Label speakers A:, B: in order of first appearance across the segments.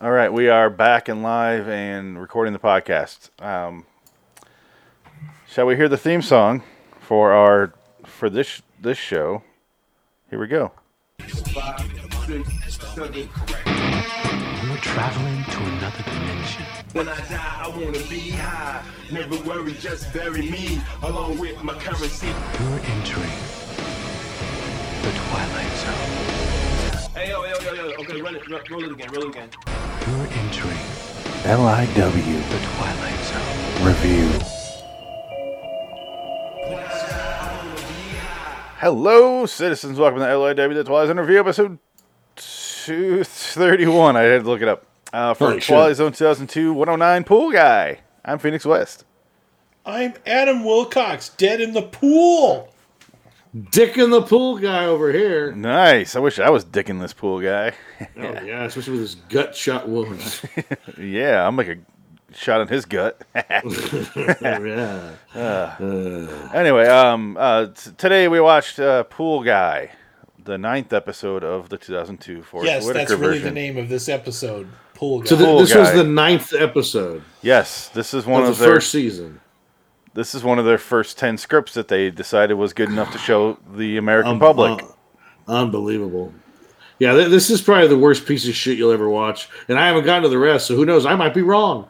A: All right, we are back and live and recording the podcast. Um, shall we hear the theme song for our for this this show? Here we go.
B: You're traveling to another dimension.
C: When I die, I wanna be high. Never worry, just bury me along with my currency.
B: You're entering the Twilight Zone.
C: Hey, yo, yo, yo, yo. Okay, run it. Ro- Roll it again. Roll it again.
B: You're entering
D: LIW
B: the Twilight Zone.
D: review.
A: Hello, citizens. Welcome to LIW The Twilight Zone Review, episode 231. I had to look it up. Uh, for
E: Holy shit.
A: Twilight Zone 2002 109 Pool Guy. I'm Phoenix West.
F: I'm Adam Wilcox, dead in the pool.
E: Dick in the pool guy over here.
A: Nice. I wish I was dicking this pool guy.
E: Oh yeah, especially with his gut shot wounds.
A: yeah, I'm like a shot in his gut.
E: yeah.
A: Anyway, um, uh, t- today we watched uh, Pool Guy, the ninth episode of the 2002 Forrest
F: yes,
A: Whitaker
F: that's really
A: version.
F: the name of this episode. Pool guy.
E: So thi-
A: Pool
E: this was
A: guy.
E: the ninth episode
A: Yes, this is one
E: of,
A: of,
E: the
A: their
E: first season.
A: this is one of their first ten scripts that they decided was good enough to show the American public.
E: Uh, unbelievable. Yeah, th- this is probably the worst piece of shit you'll ever watch, and I haven't gotten to the rest, so who knows? I might be wrong.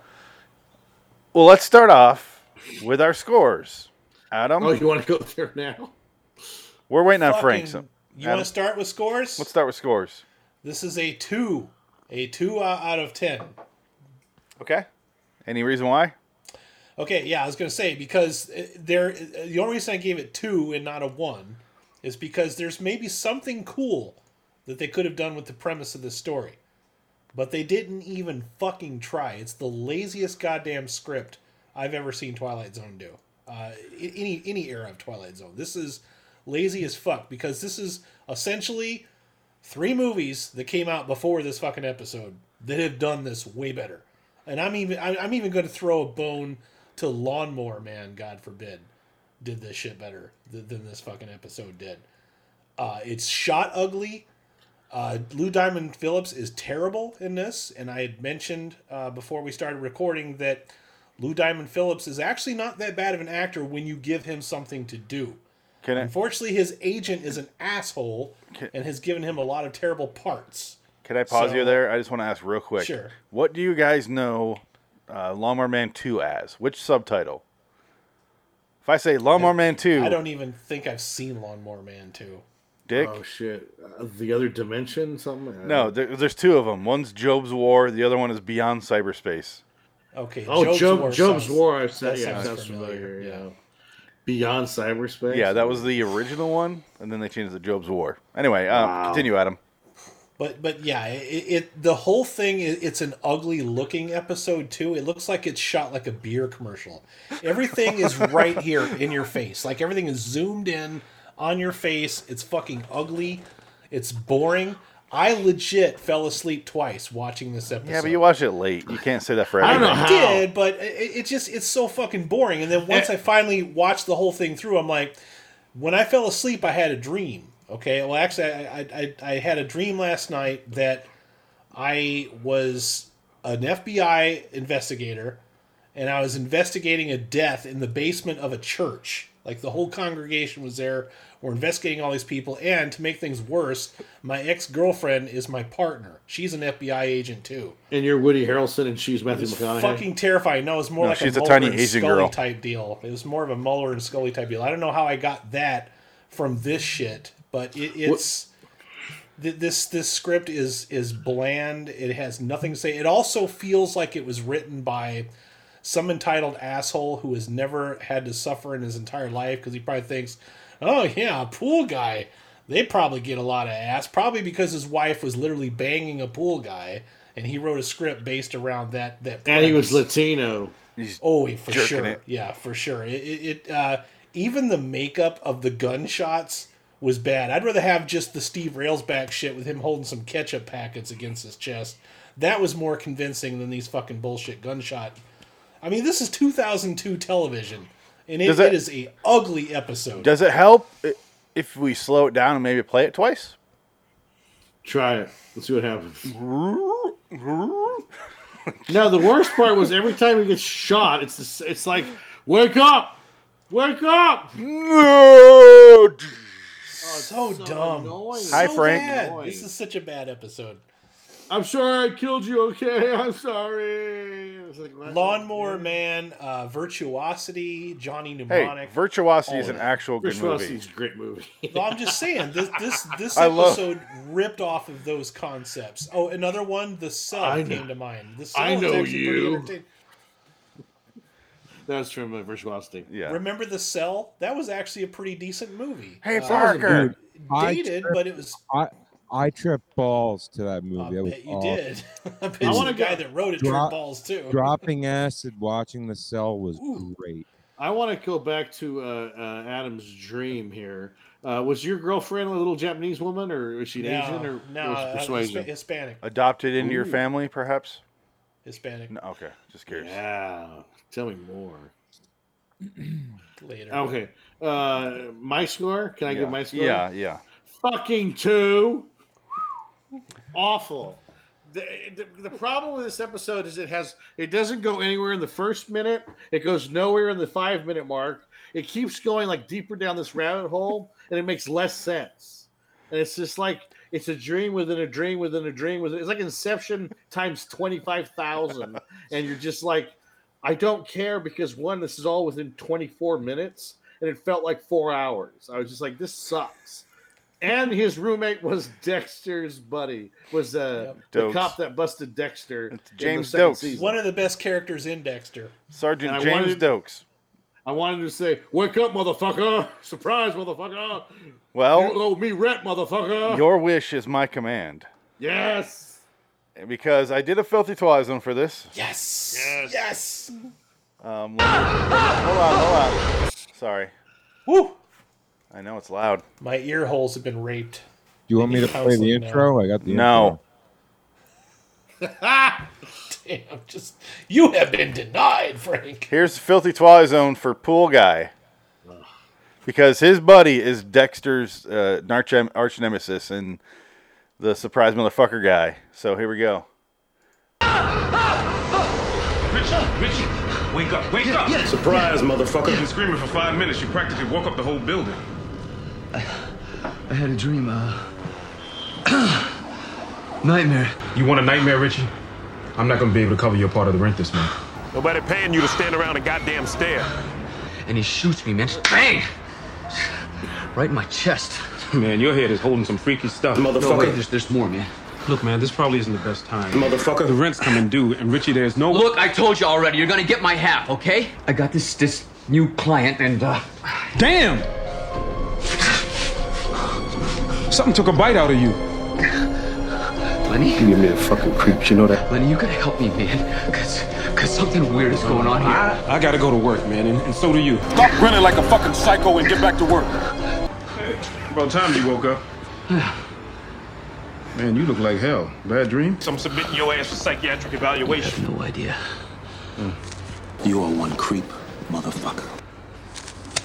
A: Well, let's start off with our scores. Adam,
E: Oh, you want to go there now?
A: we're waiting on
F: Fucking-
A: Frank. So
F: you want
A: Adam-
F: to start with scores?
A: let's start with scores.
F: this is a two, a two uh, out of ten.
A: Okay. Any reason why?
F: Okay, yeah, I was gonna say because uh, there, uh, the only reason I gave it two and not a one is because there's maybe something cool that they could have done with the premise of this story, but they didn't even fucking try. It's the laziest goddamn script I've ever seen Twilight Zone do. Uh, i- any any era of Twilight Zone, this is lazy as fuck because this is essentially three movies that came out before this fucking episode that have done this way better. And I'm even I- I'm even going to throw a bone to Lawnmower Man, God forbid, did this shit better th- than this fucking episode did. Uh, it's shot ugly. Uh, Lou Diamond Phillips is terrible in this, and I had mentioned uh, before we started recording that Lou Diamond Phillips is actually not that bad of an actor when you give him something to do.
A: Can I,
F: Unfortunately, his agent is an asshole and has given him a lot of terrible parts.
A: Can I pause
F: So-
A: you there? I just want to ask real quick.
F: Sure.
A: What do you guys know uh, Lawnmower Man 2 as? Which subtitle? If I say Lawnmower Man 2,
F: I don't even think I've seen Lawnmower Man 2.
A: Dick,
E: Oh shit, uh, the other dimension, something. I-
A: no, there, there's two of them. One's Job's War, the other one is Beyond Cyberspace.
F: Okay.
E: Oh, Job's, War, Job's
F: sounds-
E: War. I said,
F: that
E: yeah,
F: sounds
E: sounds
F: familiar,
E: familiar.
F: yeah.
E: Yeah. Beyond cyberspace.
A: Yeah, that was the original one, and then they changed it to Job's War. Anyway, uh,
E: Wow.
A: continue, Adam.
F: But but yeah, it, it the whole thing is it's an ugly looking episode too. It looks like it's shot like a beer commercial. Everything is right here in your face. Like everything is zoomed in on your face. It's fucking ugly. It's boring. I legit fell asleep twice watching this episode.
A: Yeah, but you watch it late. You can't say that for
E: I
A: everything.
E: don't know how. Eh.
F: did, but it, it just it's so fucking boring. And then once I finally watched the whole thing through, I'm like, when I fell asleep, I had a dream. Okay, well, actually, I I, I, I had a dream last night that I was an FBI investigator, and I was investigating a death in the basement of a church. Like the whole congregation was there. We're investigating all these people, and to make things worse, my ex girlfriend is my partner. She's an FBI agent too.
E: And you're Woody Harrelson, and she's Matthew
F: It's
E: McConaughey.
F: fucking terrifying. No, it was more
A: No,
F: like
A: she's
F: a,
A: a
F: Mulder
A: tiny
F: and
A: Asian
F: Scully
A: girl.
F: type deal. It was more of a Muller and Scully type deal. I don't know how I got that from this shit, but it, it's th- this this script is is bland. It has nothing to say. It also feels like it was written by some entitled asshole who has never had to suffer in his entire life because he probably thinks, oh yeah, a pool guy. They probably get a lot of ass, probably because his wife was literally banging a pool guy, and he wrote a script based around that. That
E: and he
F: premise.
E: was Latino.
F: Oh, for
A: jerking
F: sure.
A: it.
F: Yeah, for sure. It, it, it uh, even the makeup of the gunshots was bad. I'd rather have just the Steve Railsback shit with him holding some ketchup packets against his chest. That was more convincing than these fucking bullshit gunshot. I mean, this is 2002 television, and it,
A: Does that-
F: it is a ugly episode.
A: Does it help i- if we slow it down and maybe play it twice?
E: Try it. Let's see what happens. No, the worst part was every time he gets shot, it's this, it's like, wake up, wake up.
A: No.
F: so, dumb.
E: annoying.
F: So
A: Hi, Frank.
F: bad.
E: Annoying.
F: This is such a bad episode.
E: I'm sorry I killed you. Okay, I'm sorry. It's like, what?
F: Lawnmower Man, uh, Virtuosity, Johnny
A: Hey,
F: Mnemonic.
A: Virtuosity is
F: all
A: an
F: of it.
A: actual good
E: Chris
A: movie.
E: Rossi's a great movie.
F: Well, I'm just saying this this this
A: I love-
F: episode ripped off of those concepts. Oh, another one, The Cell
E: I know-
F: came to mind. The Cell
E: I
F: is
E: know
F: actually pretty
E: you.
F: entertain-
E: That's from uh, Virtuosity.
A: Yeah.
F: Remember The Cell? That was actually a pretty decent movie.
A: Hey,
F: Uh,
A: Parker.
G: Dude, I
F: dated,
G: tripped-
F: but it was.
G: I I tripped balls to that
F: I
G: movie. That was
F: bet you
G: awesome.
F: did. I bet
E: I
F: you
E: wanna
F: the guy
E: go-
F: that wrote it tripped
G: Drop-
F: balls too.
G: Dropping acid watching the cell was
F: Ooh.
G: great.
E: I want to go back to uh, uh, Adam's dream here. Uh, was your girlfriend a little Japanese woman, or is she
F: No,
E: Asian, or
F: no,
E: or
F: uh,
E: persuasion?
F: Hispa- Hispanic,
A: Adopted into your
E: Ooh.
A: family, perhaps?
F: Hispanic.
A: No, okay, just curious.
E: yeah, tell me more.
F: Later.
E: Okay, uh, my score. Can I
A: yeah.
E: give my score?
A: Yeah, yeah.
E: fucking two. Awful. The, the, the problem with this episode is it has it doesn't go anywhere in the first minute. It goes nowhere in the five minute mark. It keeps going like deeper down this rabbit hole, and it makes less sense. And it's just like it's a dream within a dream within a dream within. It's like Inception times twenty five thousand, and you're just like, I don't care because one, this is all within twenty four minutes, and it felt like four hours. I was just like, this sucks and his roommate was Dexter's buddy. Was uh,
F: Yep.
E: the
A: Dokes.
E: cop that busted Dexter? in the
A: James
E: second
A: Dokes.
E: season.
F: One of the best characters in Dexter.
A: Sergeant
E: And I
A: James
E: wanted-
A: Dokes.
E: I wanted to say, "Wake up, motherfucker! Surprise, motherfucker! You
A: Well,
E: owe me rent, motherfucker!"
A: your wish is my command.
E: yes.
A: Because I did a filthy twilight for this.
F: Yes.
E: Yes.
F: Yes.
A: Um, let me- hold on, hold on. Sorry.
F: Woo.
A: I know it's loud.
F: My ear holes have been raped.
G: Do you want me to
F: Any
G: play the
F: counseling
G: intro? I got the
A: No.
G: intro.
F: Damn, just you have been denied, Frank.
A: Here's the filthy twilight zone for Pool Guy. Because his buddy is Dexter's uh, arch, arch nemesis and the surprise motherfucker guy. So here we go.
C: Richie, Richie, wake up, wake up!
H: Surprise,
C: You've
H: motherfucker.
C: been screaming for five minutes. You practically woke up the whole building.
H: I had a dream, uh. nightmare.
C: You want a nightmare, Richie?
H: I'm not gonna be able to cover your part of the rent this month.
C: Nobody paying you to stand around and goddamn stare.
H: And he shoots me, man. Just Bang! Right in my chest.
I: Man, your head is holding some freaky stuff.
H: Motherfucker.
J: wait, there's, there's more, man.
I: Look, man, this probably isn't the best time. The
H: Motherfucker.
I: rent's coming due, and Richie, there's no.
J: Look, I told you already, you're gonna get my half, okay? I got this this new client, and uh,
I: Damn! Something took a bite out of you.
J: Lenny,
D: Give me the fucking creeps, you know that?
J: Lenny, you gotta help me, man, cause cause something weird is going on here.
I: I gotta go to work, man, and, and so do you.
H: Stop running like a fucking psycho and get back to work.
C: About time you woke up.
H: Man, you look like hell. Bad dream?
C: So I'm submitting your ass for psychiatric
J: I
C: evaluation.
J: have no idea.
H: You are one creep, motherfucker.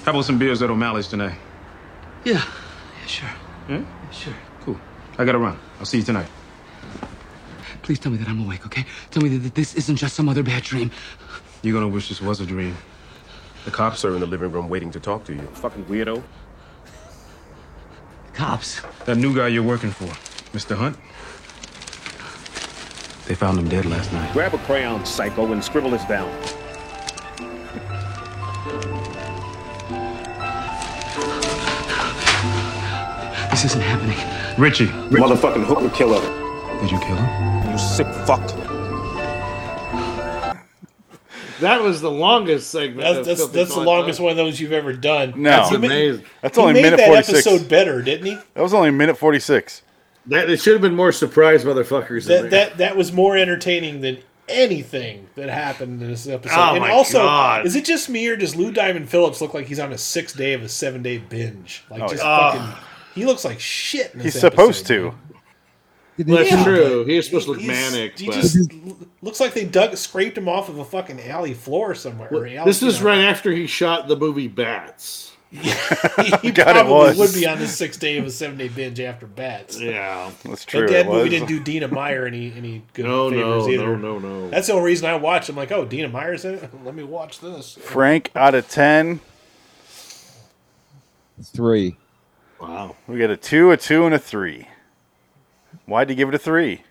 I: How about some beers at O'Malley's tonight?
J: Yeah, yeah, sure. Yeah, sure.
I: Cool. I gotta run. I'll see you tonight.
J: Please tell me that I'm awake, okay? Tell me that this isn't just some other bad dream.
I: You're gonna wish this was a dream.
H: The cops are in the living room waiting to talk to you. Fucking weirdo.
J: Cops.
I: That new guy you're working for, Mr. Hunt. They found him dead last night.
H: Grab a crayon, psycho, and scribble this down.
J: This isn't happening.
I: Richie,
H: Motherfucking hooker killer.
I: did you kill him?
H: You sick fuck.
E: That was the longest segment.
F: That's
E: of
F: that's,
E: Filthy
F: that's the
E: Contact.
F: longest one of those you've ever done.
A: No.
F: He ma-
E: Amazing.
A: That's
F: he
A: only
F: made
A: minute
F: that
A: 46.
F: episode better, didn't he?
A: That was only minute 46.
E: That it should have been more surprise, motherfuckers. in
F: That
E: there.
F: that that was more entertaining than anything that happened in this episode.
E: Oh
F: and
E: my
F: also,
E: God.
F: is it just me or does Lou Diamond Phillips look like he's on a six day of a seven day binge? Like just
E: yeah.
F: fucking, he looks like shit. In
A: Oh, He's
F: this
A: supposed
F: episode.
A: to.
E: Well, that's
F: Yeah,
E: true. He is supposed to look
F: He's-
E: manic.
F: He
E: but-
F: just l- looks like they dug scraped him off of a fucking alley floor somewhere. or alley-
E: this
F: you
E: is
F: know.
E: right after he shot the movie Bats.
F: he
A: God, it
F: probably
A: was.
F: would be on the sixth day of a seven day binge after bats.
E: Yeah.
A: That's true.
F: But
A: it
F: that movie
A: was.
F: didn't do Dina Meyer any any good
E: No,
F: favors
E: no,
F: either.
E: no, no, no.
F: That's the only reason I watched. I'm like, oh, Dina Meyer's in it. Let me watch this.
A: Frank out of ten.
G: Three.
E: Wow.
A: We got a two, a two, and a three. Why'd you give it a three?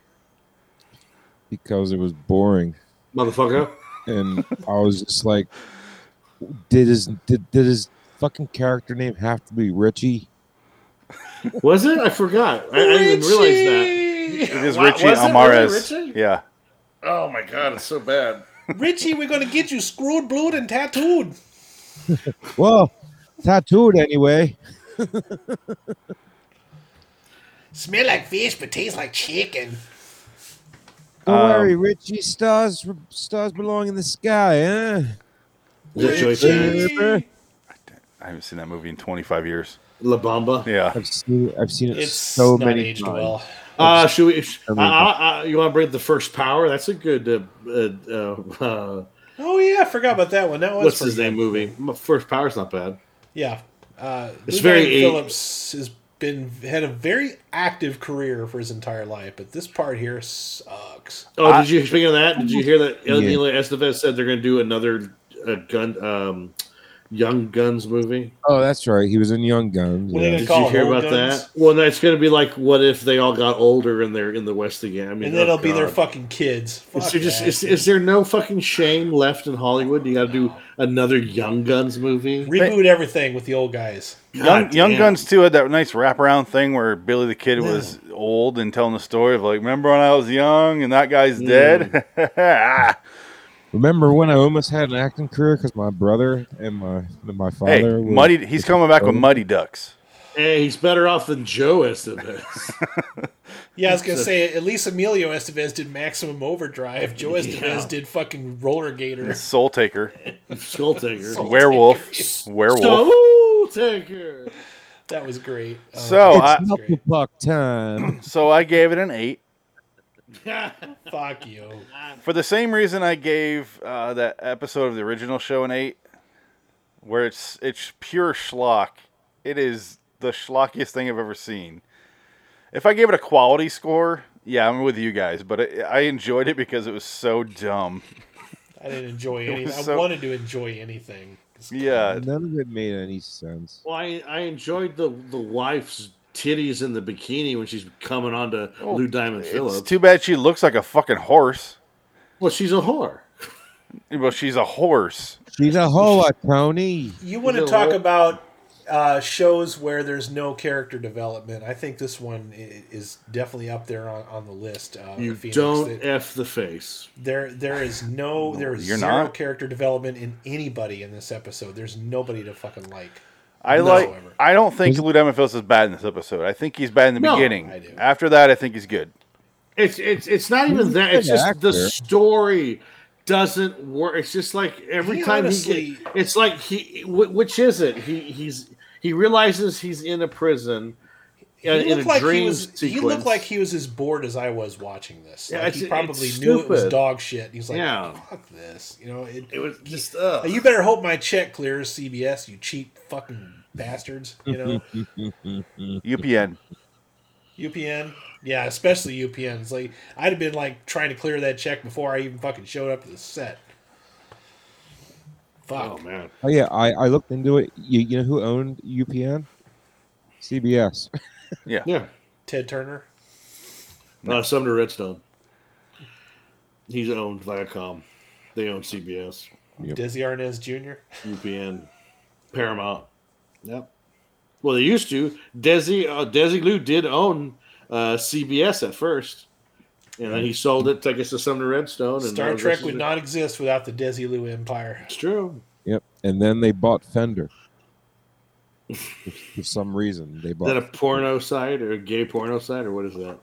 G: because it was boring,
E: Motherfucker.
G: and I was just like, did his did, did his fucking character name have to be Richie?
E: Was it? I forgot. I, I didn't even realize that.
A: It is
E: Wa-
A: Richie
E: was it really
A: Almaraz.
E: Richie?
A: Yeah.
E: Oh my god, it's so bad.
F: Richie, we're gonna get you screwed, blued, and tattooed.
G: Well, tattooed anyway.
F: Smell like fish, but taste like chicken.
G: Don't
F: Um,
G: worry, Richie. Stars stars belong in the sky, eh?
E: Good choices.
G: Baby.
A: I haven't seen that movie in 25 years.
E: La Bamba.
A: Yeah.
G: I've seen I've seen it
F: It's
G: so
F: not
G: many
F: aged
G: times.
F: well.
E: Uh, should we? sh-
G: mean-
E: I- I- I- you want to bring up the first power? That's a good. Uh, uh, uh,
F: Oh yeah, I forgot about that one. That was
E: what's
F: pretty
E: his name? Movie. M- First power's not bad.
F: Yeah. Uh,
E: It's
F: Lou
E: very
F: Diamond
E: eight-
F: Phillips has been had a very active career for his entire life, but this part here sucks.
E: Oh, did you speaking of that? Did you hear that?
G: Yeah.
E: Neil Estevez said they're going to do another uh, gun, um, Young Guns movie.
G: Oh, that's right. He was in Young Guns.
F: What are they
G: yeah.
F: gonna
E: Did
F: call
E: you
F: it,
E: hear
F: Old
E: about
F: Guns?
E: that? Well, no, it's going to be like, what if they all got older and they're in the West again? I mean,
F: And then
E: oh,
F: it'll be their
E: God.
F: fucking kids.
E: Is
F: Fuck
E: there just
F: that.
E: is, is there no fucking shame left in Hollywood? You got to do another Young Guns movie.
F: reboot everything with the old guys.
A: Young,
E: God
A: Young
E: damn.
A: Guns 2 had that nice wraparound thing where Billy the Kid was old and telling the story of, like, remember when I was young and that guy's
G: Hmm.
A: dead? Ah.
G: Remember when I almost had an acting career because my brother and my and my father.
A: hey,
G: were-
A: Muddy, he's coming back with
G: Oh.
A: Muddy Ducks.
E: Hey, he's better off than Joe Estevez.
F: Yeah, I was gonna say at least Emilio Estevez did Maximum Overdrive. Joe Estevez did fucking Roller Gator.
A: Soul Taker.
E: Soul Taker.
A: Werewolf. Werewolf.
E: Soul Taker.
F: That was great. Um,
A: So
G: It's
A: I,
G: knuckle puck time.
A: so I gave it an 8.
F: fuck you.
A: For the same reason I gave uh, that episode of the original show an eight, where it's it's pure schlock. It is the schlockiest thing I've ever seen. If I gave it a quality score, yeah, I'm with you guys, but I, I enjoyed it because it was so dumb.
F: I didn't enjoy
A: was
F: anything. I
A: so-
F: wanted to enjoy anything.
A: Yeah,
G: None of it made any sense.
E: Well, I, I enjoyed the the wife's titties in the bikini when she's coming on to
F: Oh,
E: Lou Diamond
A: it's
E: Phillips.
A: too bad she looks like a fucking horse.
E: well, she's a whore.
A: Well, she's a horse.
G: She's a hoa, Tony.
F: You want to
E: know
F: talk
E: what?
F: about uh, shows where there's no character development? I think this one i- is definitely up there on, on the list. Uh,
E: You
F: Phoenix.
E: don't
F: That-
E: f the face.
F: There, there is no, there is
A: e- You're
F: zero
A: not?
F: character development in anybody in this episode. There's nobody to fucking like.
A: I
F: No.
A: like. I don't think Lou Diamond Phillips is bad in this episode. I think he's bad in the
E: No,
A: beginning.
F: I do.
A: After that, I think he's good.
E: It's it's it's not even
G: He's
E: that.
G: an
E: It's just the
G: actor.
E: story doesn't work. It's just like every
F: He
E: time
F: honestly-
E: he get, it's like he wh- which is it? He he's he realizes he's in a prison. uh,
F: He
E: in
F: looked
E: a
F: like
E: dream
F: he was.
E: sequence.
F: He looked like he was as bored as I was watching this.
E: Yeah,
F: Like,
E: it's-
F: he
E: it's
F: probably knew it was
E: stupid.
F: dog shit. He's like,
E: Yeah.
F: fuck this. You know, it,
E: it was just uh,
F: Uh, You better hope my check clears, CBS, you cheap fucking bastards. You know,
A: UPN.
F: UPN. Yeah, especially UPNs. Like, I'd have been like trying to clear that check before I even fucking showed up to the set.
E: oh
F: Fuck.
E: man.
G: Oh yeah, I, I looked into it. You, you know who owned UPN? CBS.
E: Yeah.
F: Ted Turner.
E: Uh, Sumner Redstone. He's owned Viacom. They own CBS,
F: Desi Arnaz Jr.
E: UPN, Paramount. Yep. Well, they used to. Desi uh, Desi Lou did own uh, CBS at first, and then he sold it, I guess, to Sumner Redstone. And
F: Star
E: now
F: Trek
E: this
F: would
E: is-
F: not exist without the Desi Lou Empire.
E: It's true.
G: Yep. And then they bought Fender. For some reason, they
E: Is that a
G: bought
E: porno site or a gay porno site or what is that?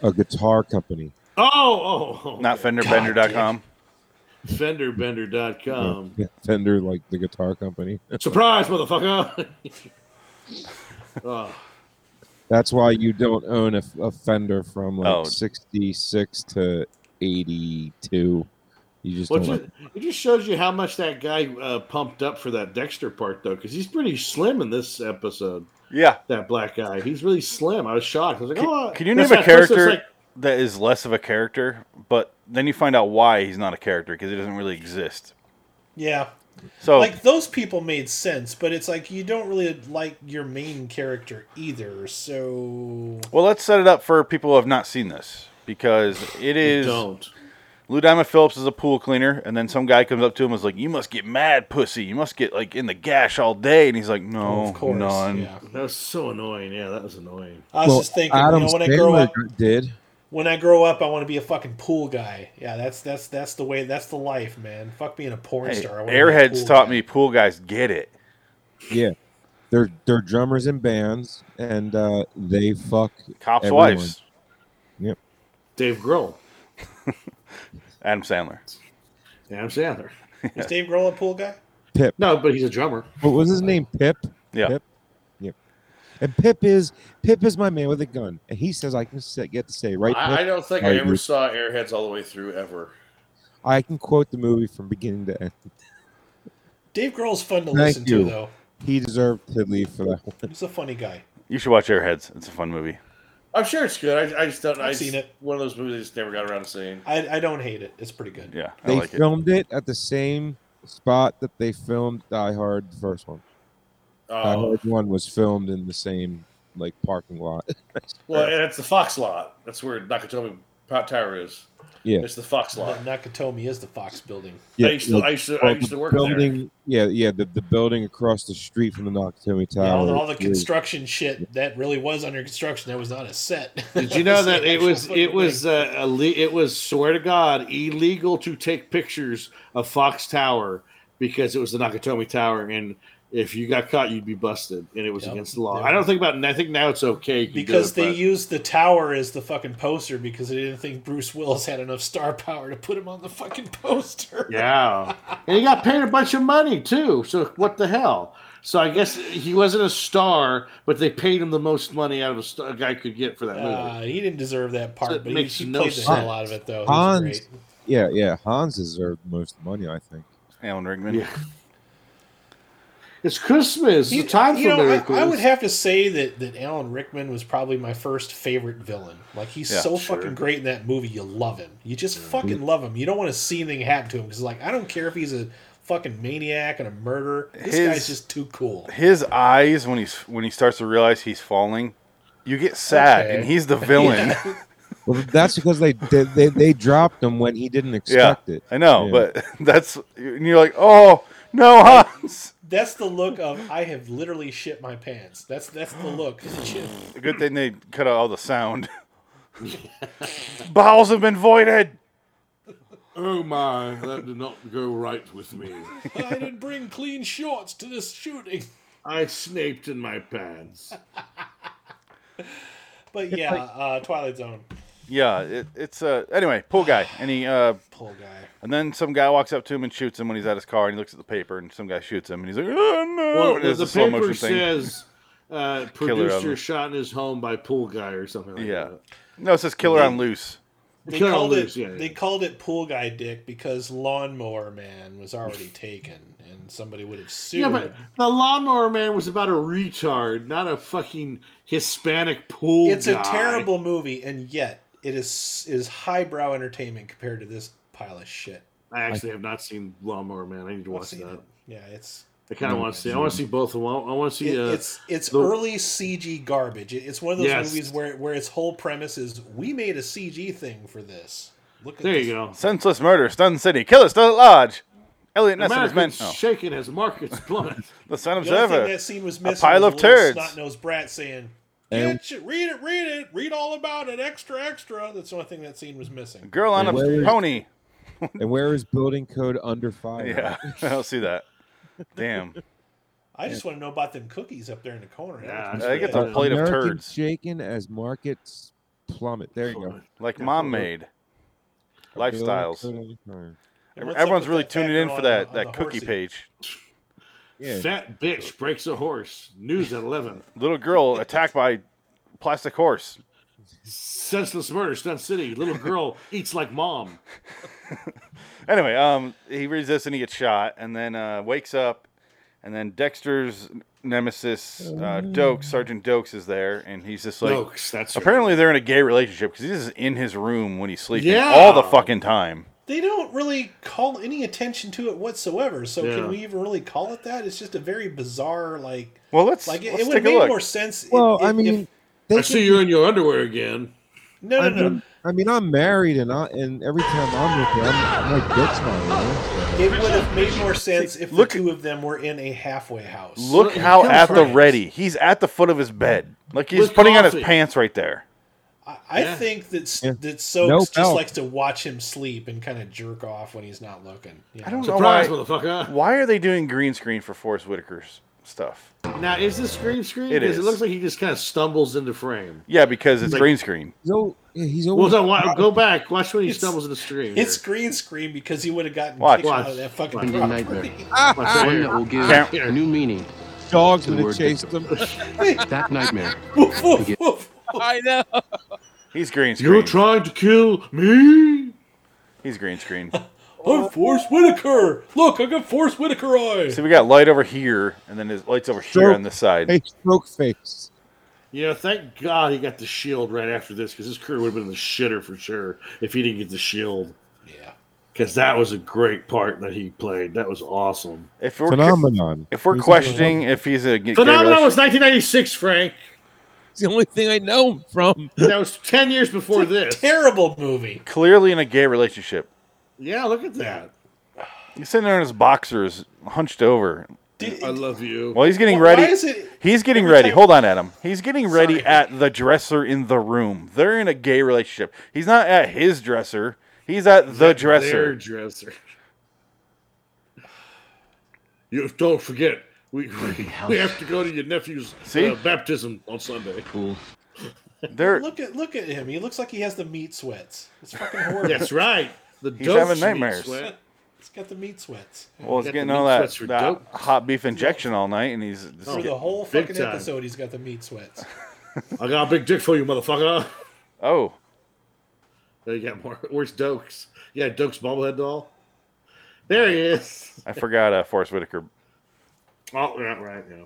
G: a guitar company.
E: Oh, oh, oh
A: Not FenderBender.com.
F: Um.
E: Fenderbender.com.
G: Fender, like the guitar company.
E: Surprise, motherfucker! oh,
G: That's why you don't own a, a Fender from like
A: Oh.
G: 66 to 82. You just
E: what's
G: don't
E: it? It just shows you how much that guy uh, pumped up for that Dexter part, though, because he's pretty slim in this episode.
A: Yeah,
E: that black guy. He's really slim. I was shocked. I was like, oh.
A: Can you
E: that's
A: name a
E: not- first I was
A: character
E: like,
A: that is less of a character, but then you find out why he's not a character because he doesn't really exist.
F: Yeah.
A: So
F: Like those people made sense, but it's like you don't really like your main character either. So
A: Well, let's set it up for people who have not seen this because it is
E: don't.
A: Lou Diamond Phillips is a pool cleaner, and then some guy comes up to him and is like, "You must get mad, pussy. You must get like in the gash all day." And he's like, "No,
F: of course,
A: Oh, none."
F: yeah.
E: That was so annoying. Yeah, that was annoying.
F: I was
G: Well,
F: just thinking,
G: Adam
F: you know, when I grow
G: Sandler
F: up,
G: did.
F: when I grow up, I want to be a fucking pool guy. Yeah, that's that's that's the way. That's the life, man. Fuck being a porn
A: Hey,
F: star. I wanna be a
A: Airheads
F: pool
A: taught
F: guy.
A: me pool guys get it.
G: Yeah, they're they're drummers in bands, and uh, they fuck
A: Cops'
G: everyone.
A: wives,
E: Dave Grohl,
A: Adam Sandler.
E: Adam Sandler.
F: Is Dave Grohl a pool guy?
G: Pip,
E: No, but he's a drummer.
G: what was his name? Pip.
A: Yeah,
G: Yep. Yep. And Pip is Pip is my man with a gun, and he says I can say, get to say right.
K: I, I
G: Pip?
K: don't think
G: Right,
K: I ever
G: you-
K: saw Airheads all the way through ever.
G: I, can quote the movie from beginning to end.
F: Dave Grohl's fun to
G: Thank
F: listen to,
G: you.
F: though.
G: He deserved to leave for that one.
F: He's a funny guy.
A: you should watch Airheads. It's a fun movie.
K: I'm sure it's good. I, I just don't.
F: I've
K: I just-
F: seen it.
K: One of those movies I just never got around to seeing.
F: I, I don't hate it. It's pretty good.
A: Yeah,
G: They
A: I like it.
G: filmed it. at the same spot that they filmed Die Hard, the first one. Die
K: Oh,
G: Hard one was filmed in the same like parking lot.
K: well, and it's the Fox lot. That's where Nakatomi Pot Tower is.
G: Yeah.
K: it's the Fox lot.
F: But Nakatomi is the Fox building.
K: I used to, I used to, I
G: Well,
K: used
G: the
K: to work
G: building, Yeah, yeah, the, the building across the street from the Nakatomi Tower.
F: Yeah, all, the, all the
G: Oh, is-
F: construction shit that really was under construction. That was not a set.
E: Did you know
F: It's
E: that
F: the
E: it
F: actual
E: was
F: fucking
E: it was
F: thing.
E: uh, alle- it was swear to God illegal to take pictures of Fox Tower because it was the Nakatomi Tower, and if you got caught, you'd be busted, and it was
F: Yep.
E: against the law.
F: Yeah.
E: I don't think about. I think now it's okay you can do
F: because
E: it,
F: they
E: but-
F: used the tower as the fucking poster because they didn't think Bruce Willis had enough star power to put him on the fucking poster.
E: Yeah. And he got paid a bunch of money too. So what the hell? So I guess he wasn't a star, but they paid him the most money out of a, star, a guy could get for that movie.
F: Uh, he didn't deserve that part,
E: So it
F: but he,
E: makes
F: he
E: no
F: played the
E: sense.
F: hell out of it though. He was
G: Hans.
F: great.
G: Yeah, yeah. Hans deserved most of the money, I think.
A: Alan Rickman.
E: Yeah. It's Christmas.
F: You-
E: it's time
F: you
E: for
F: know, I-
E: miracles.
F: I, would have to say that that Alan Rickman was probably my first favorite villain. Like he's
A: Yeah,
F: so
A: sure.
F: fucking great in that movie. You love him. You just
E: Mm-hmm.
F: fucking love him. You don't want to see anything happen to him because like I don't care if he's a fucking maniac and a murderer. This
A: His-
F: guy's just too cool.
A: His eyes when he's when he starts to realize he's falling, you get sad,
F: Okay.
A: and he's the villain.
G: Well, that's because they they, they they dropped him when he didn't
A: Yeah,
G: expect it.
A: I know,
G: Yeah.
A: but that's and you're like, oh no, Hans.
F: That's the look of I have literally shit my pants. That's that's the look. Shit.
A: Good thing they cut out all the sound. Bowels have been voided.
E: oh my, that did not go right with me.
F: I didn't bring clean shorts to this shooting.
E: I snaked in my pants.
F: But yeah, uh, Twilight Zone
A: Yeah, it, it's uh anyway pool guy, and he uh
F: poor guy.
A: and then some guy walks up to him and shoots him when he's at his car, and he looks at the paper, and some guy shoots him, and he's like, oh no.
E: Well,
A: and
E: the,
A: there's
E: the
A: a slow
E: paper
A: motion thing.
E: says
A: Killer
E: uh,
A: of
E: producer
A: them.
E: shot in his home by pool guy or something like
A: Yeah.
E: that.
A: No, it says killer on loose.
F: They
E: Killer
F: called
E: Loose,
F: it.
E: yeah, yeah.
F: They called it Pool Guy Dick because Lawnmower Man was already taken, and somebody would have sued.
E: Yeah, but the lawnmower man was about a retard, not a fucking Hispanic pool.
F: it's
E: guy.
F: a terrible movie, and yet it is is highbrow entertainment compared to this pile of shit.
E: I actually have not seen Lawnmower Man. I need to
F: I've
E: watch
F: seen
E: that.
F: it. Yeah, it's
E: I kind of want to see. I
A: Mm-hmm.
E: want to see both of them. I want to see.
F: it,
E: uh,
F: it's it's
E: the-
F: early CG garbage. It- It's one of those
E: Yes.
F: movies where where its whole premise is we made a CG thing for this. Look at
E: there
F: this.
E: you go.
A: Senseless murder, Stun City, killer still at lodge. Elliot Ness is
E: American
A: meant. Oh,
E: shaking as markets plummet.
A: the son
F: The only thing
A: observer.
F: that scene was missing
A: pile of
F: was a little
A: turds.
F: Snot-nosed brat saying,
G: And-
F: "Get you- read it, read it, read all about it, extra, extra." That's the only thing that scene was missing.
A: Girl on
G: Where
A: a
G: is-
A: pony.
G: And where is building code under fire?
A: Yeah, I don't see that. Damn.
F: I just want to know about them cookies up there in the corner.
E: Yeah,
A: I get
G: Uh,
A: the plate of
G: American
A: turds
G: shaken as markets plummet. There you go.
A: like mom made. Lifestyles.
G: Building code under fire.
F: And what's up
A: Everyone's
F: with
A: really
F: that fat
A: tuning in
F: girl
A: for
F: on
A: that
F: the-
A: that
F: on the
A: cookie
F: horsey?
A: page.
G: Yeah.
E: Fat bitch breaks a horse. News at eleven.
A: Little girl attacked by plastic horse.
E: Senseless murder. Stunt City. Little girl eats like mom.
A: Anyway, um, he resists and he gets shot, and then uh, wakes up, and then Dexter's nemesis, uh,
G: Oh.
A: Dokes, Sergeant Dokes, is there, and he's just like,
E: Dokes, that's right.
A: apparently they're in a gay relationship because he's just in his room when he's sleeping
F: Yeah.
A: all the fucking time.
F: They don't really call any attention to it whatsoever. So
A: Yeah.
F: can we even really call it that? It's just a very bizarre, like.
A: Well, let's
F: like it,
A: let's
F: it
A: take
F: would
A: a
F: make
A: look.
F: more sense. if-
G: Well,
F: if-
G: I
F: if-
G: mean,
E: I see you in your underwear again.
F: No, no,
G: I
F: no.
G: Mean, I mean, I'm married, and I and every time I'm with her, I'm, my dick's not
F: it would have made more sense if the two of them were in a halfway house.
A: Look how at the ready he's at the foot of his bed, like he's
F: With
A: putting on his
F: coffee.
A: pants right there.
F: I
E: Yeah.
F: think that
G: Yeah.
F: that Soaks
G: No
F: just
G: doubt.
F: likes to watch him sleep and kind of jerk off when he's not looking. you
A: I don't
E: Surprise,
A: know Oh, why.
E: motherfucker.
A: Why are they doing green screen for Forrest Whitaker's stuff?
E: Now is this green screen?
A: It
E: 'Cause
A: is.
E: It looks like he just kind of stumbles into frame.
A: Yeah, because it's
E: Like-
A: green screen.
G: No, he's
E: Well,
G: always
E: no, wa- go back. Watch when he
F: It's-
E: stumbles into stream.
F: It's green screen because he would have gotten
A: Watch.
F: kicked out
E: Watch.
F: of that fucking
E: Watch.
F: property.
E: Watch right
B: One
E: here.
B: that will give
A: Count.
B: new meaning
G: dogs
B: to the
G: gonna
B: word
G: chase them.
B: that nightmare.
F: Woof, woof, woof.
L: I know.
A: He's green screen.
E: You're trying to kill me.
A: He's green screen.
F: I'm oh, Forrest Whitaker. Look, I got Forrest Whitaker eyes.
A: so we got light over here, and then his lights over here
G: Sure.
A: on this side.
G: Hey, stroke face.
E: You know, thank God he got the shield right after this because his career would have been in the shitter for sure if he didn't get the shield.
F: Yeah.
E: Because that was a great part that he played. That was awesome.
A: If we're
G: Phenomenon.
A: if we're
G: He's
A: questioning if he's a gay
E: Phenomenon
A: relation-
E: was 1996, Frank.
G: It's the only thing I know him from.
E: That was 10 years before this.
F: Terrible movie.
A: clearly in a gay relationship,
E: Yeah, look at that.
A: he's sitting there in his boxers, hunched over.
F: Did,
E: I love you.
A: Well, he's getting
F: Why
A: ready.
F: is it-
A: He's getting
F: every
A: ready.
F: time-
A: Hold on, Adam. He's getting ready
F: Sorry.
A: at the dresser in the room. They're in a gay relationship. He's not at his dresser. He's at the
E: Their
A: dresser.
E: dresser. You don't forget, we, we have to go to your nephew's
A: See?
E: uh, baptism on Sunday.
A: They're
F: look at look at him. He looks like he has the meat sweats. It's fucking horrible.
E: That's right. The
A: He's
E: dope
A: having
E: meat
A: nightmares.
E: sweat.
F: It's got the meat sweats
A: well, he's
E: got
A: getting
E: the
A: all
E: meat
A: that,
E: sweats for
A: that
E: dope.
A: hot beef injection all night, and he's just
F: for
A: get-
F: the whole
E: Oh, big
F: fucking
E: time.
F: episode. He's got the meat sweats.
E: I got a big dick for you, motherfucker.
A: oh,
E: There you got more. Where's Dokes? Yeah, Dokes bobblehead doll. There he is.
A: I forgot uh, Forrest Whitaker.
E: Oh, yeah, right. Yeah.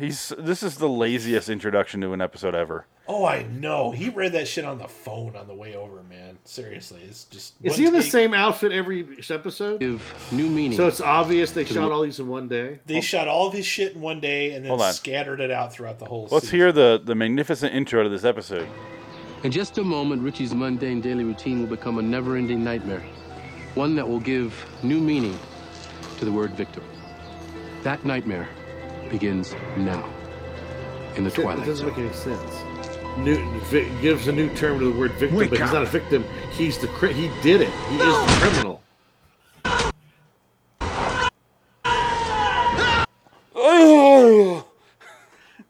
A: He's this is the laziest introduction to an episode ever.
F: Oh, I know. He read that shit on the phone on the way over, man. Seriously, it's just.
E: Is
F: one
E: he in the
F: take.
E: same outfit every episode?
B: Give new meaning.
E: So it's obvious they shot all these in one day.
F: They shot all of his shit in one day and then
A: Hold on.
F: scattered it out throughout the whole.
A: Let's
F: season.
A: hear the the magnificent intro to this episode.
B: In just a moment, Richie's mundane daily routine will become a never ending nightmare, one that will give new meaning to the word victim. That nightmare begins now in the
E: It
B: twilight
E: doesn't
B: zone.
E: make any sense. New vi- gives a new term to the word victim, but he's not a victim. He's the cri- he did it. He is the criminal.
A: Oh,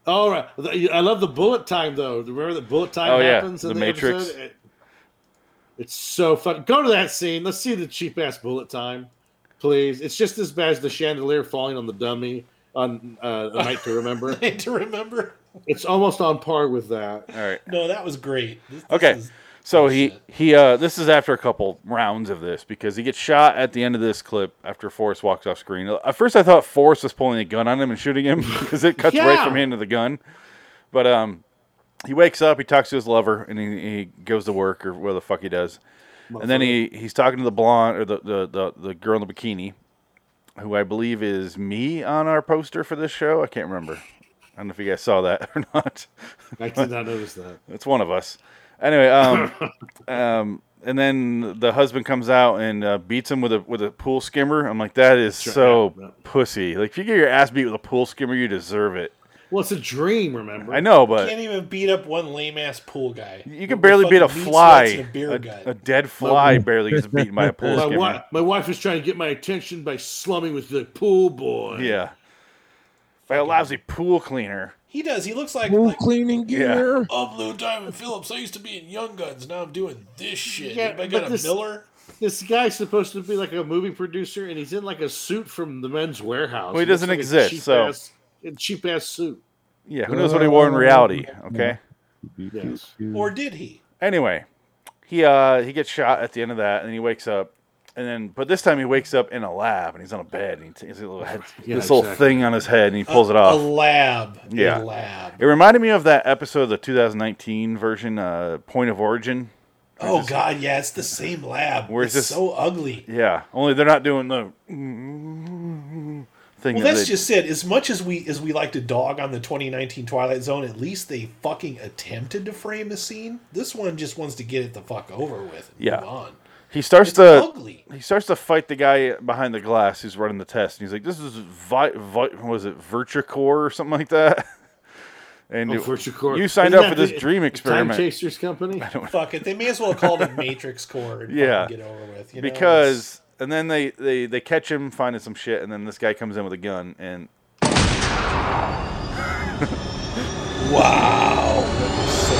E: All right, The- I love the bullet time though. Remember the bullet time
A: Oh, yeah.
E: happens
A: The
E: in the,
A: Matrix.
E: episode? It- It's so fun. Go to that scene. Let's see the cheap ass bullet time, please. It's just as bad as the chandelier falling on the dummy on uh, a night to remember.
F: Need to remember.
E: it's almost on par with that.
A: all right.
F: No, that was great. This- this
A: Okay.
F: is-
A: So he he uh this is after a couple rounds of this because he gets shot at the end of this clip after Forrest walks off screen. At first I thought Forrest was pulling a gun on him and shooting him because it cuts right
E: Yeah.
A: from hand to the gun. But um he wakes up, he talks to his lover and he, he goes to work or whatever the fuck he does. And then he he's talking to the blonde or the the, the, the girl in the bikini who I believe is me on our poster for this show. I can't remember. I don't know if you guys saw that or not.
E: I did not notice that.
A: It's one of us. Anyway, um, um, and then the husband comes out and uh, beats him with a with a pool skimmer. I'm like, that is so
E: yeah, yeah.
A: pussy. Like, if you get your ass beat with a pool skimmer, you deserve it.
E: Well, it's a dream. Remember?
A: I know,
F: Can't
A: but
F: even beat up one lame ass pool guy.
A: Uh, you can barely beat a fly.
F: A beer
A: A, a
F: gut.
A: dead fly barely gets beaten by a pool
E: My,
A: skimmer.
E: wi- my wife is trying to get my attention by slumming with the pool boy.
A: Yeah, by a lousy pool cleaner.
F: He does. He looks like,
G: Pool
F: like
G: cleaning
A: Yeah.
G: gear.
F: I'm Lou Diamond Phillips. I used to be in Young Guns. Now I'm doing this shit.
E: Yeah,
F: Anybody
E: but
F: got a
E: this-
F: Miller?
E: This guy's supposed to be like a movie producer, and he's in like a suit from the men's warehouse.
A: Well, he doesn't
E: looks
A: exist, so-
E: a cheap ass suit. Uh,
A: Yeah, who knows what he wore in reality? Okay.
E: Yes.
F: Or did he?
A: Anyway, He uh he gets shot at the end of that, and he wakes up, and then but this time he wakes up in a lab, and he's on a bed, and he takes a little head,
F: Yeah,
A: this little
F: exactly.
A: thing on his head, and he pulls
F: a,
A: it off.
F: A lab.
A: Yeah.
F: A lab.
A: It reminded me of that episode of the 2019 version, uh, Point of Origin.
F: Oh God, yeah, it's the same lab.
A: Where
F: it's
A: it's just-
F: so ugly.
A: Yeah, only they're not doing the thing.
F: Well,
A: that
F: that's
A: they-
F: just it. As much as we as we like to dog on the 2019 Twilight Zone, at least they fucking attempted to frame a scene. This one just wants to get it the fuck over with. and
A: Yeah.
F: Move on.
A: He starts
F: It's
A: to
F: ugly.
A: he starts to fight the guy behind the glass who's running the test, and he's like, "This is vi, vi was it Virtucore or something like that." And
E: Oh,
A: it-
E: Virtucor.
A: you signed
E: Isn't
A: up for
E: that
A: this
E: the-
A: dream
E: the Time
A: experiment.
E: Chasers company.
F: Fuck it. They may as well call it a Matrix core. And
A: yeah,
F: fucking Get over with. You know?
A: because and then they, they they catch him finding some shit, and then this guy comes in with a gun, and
F: wow. that was so-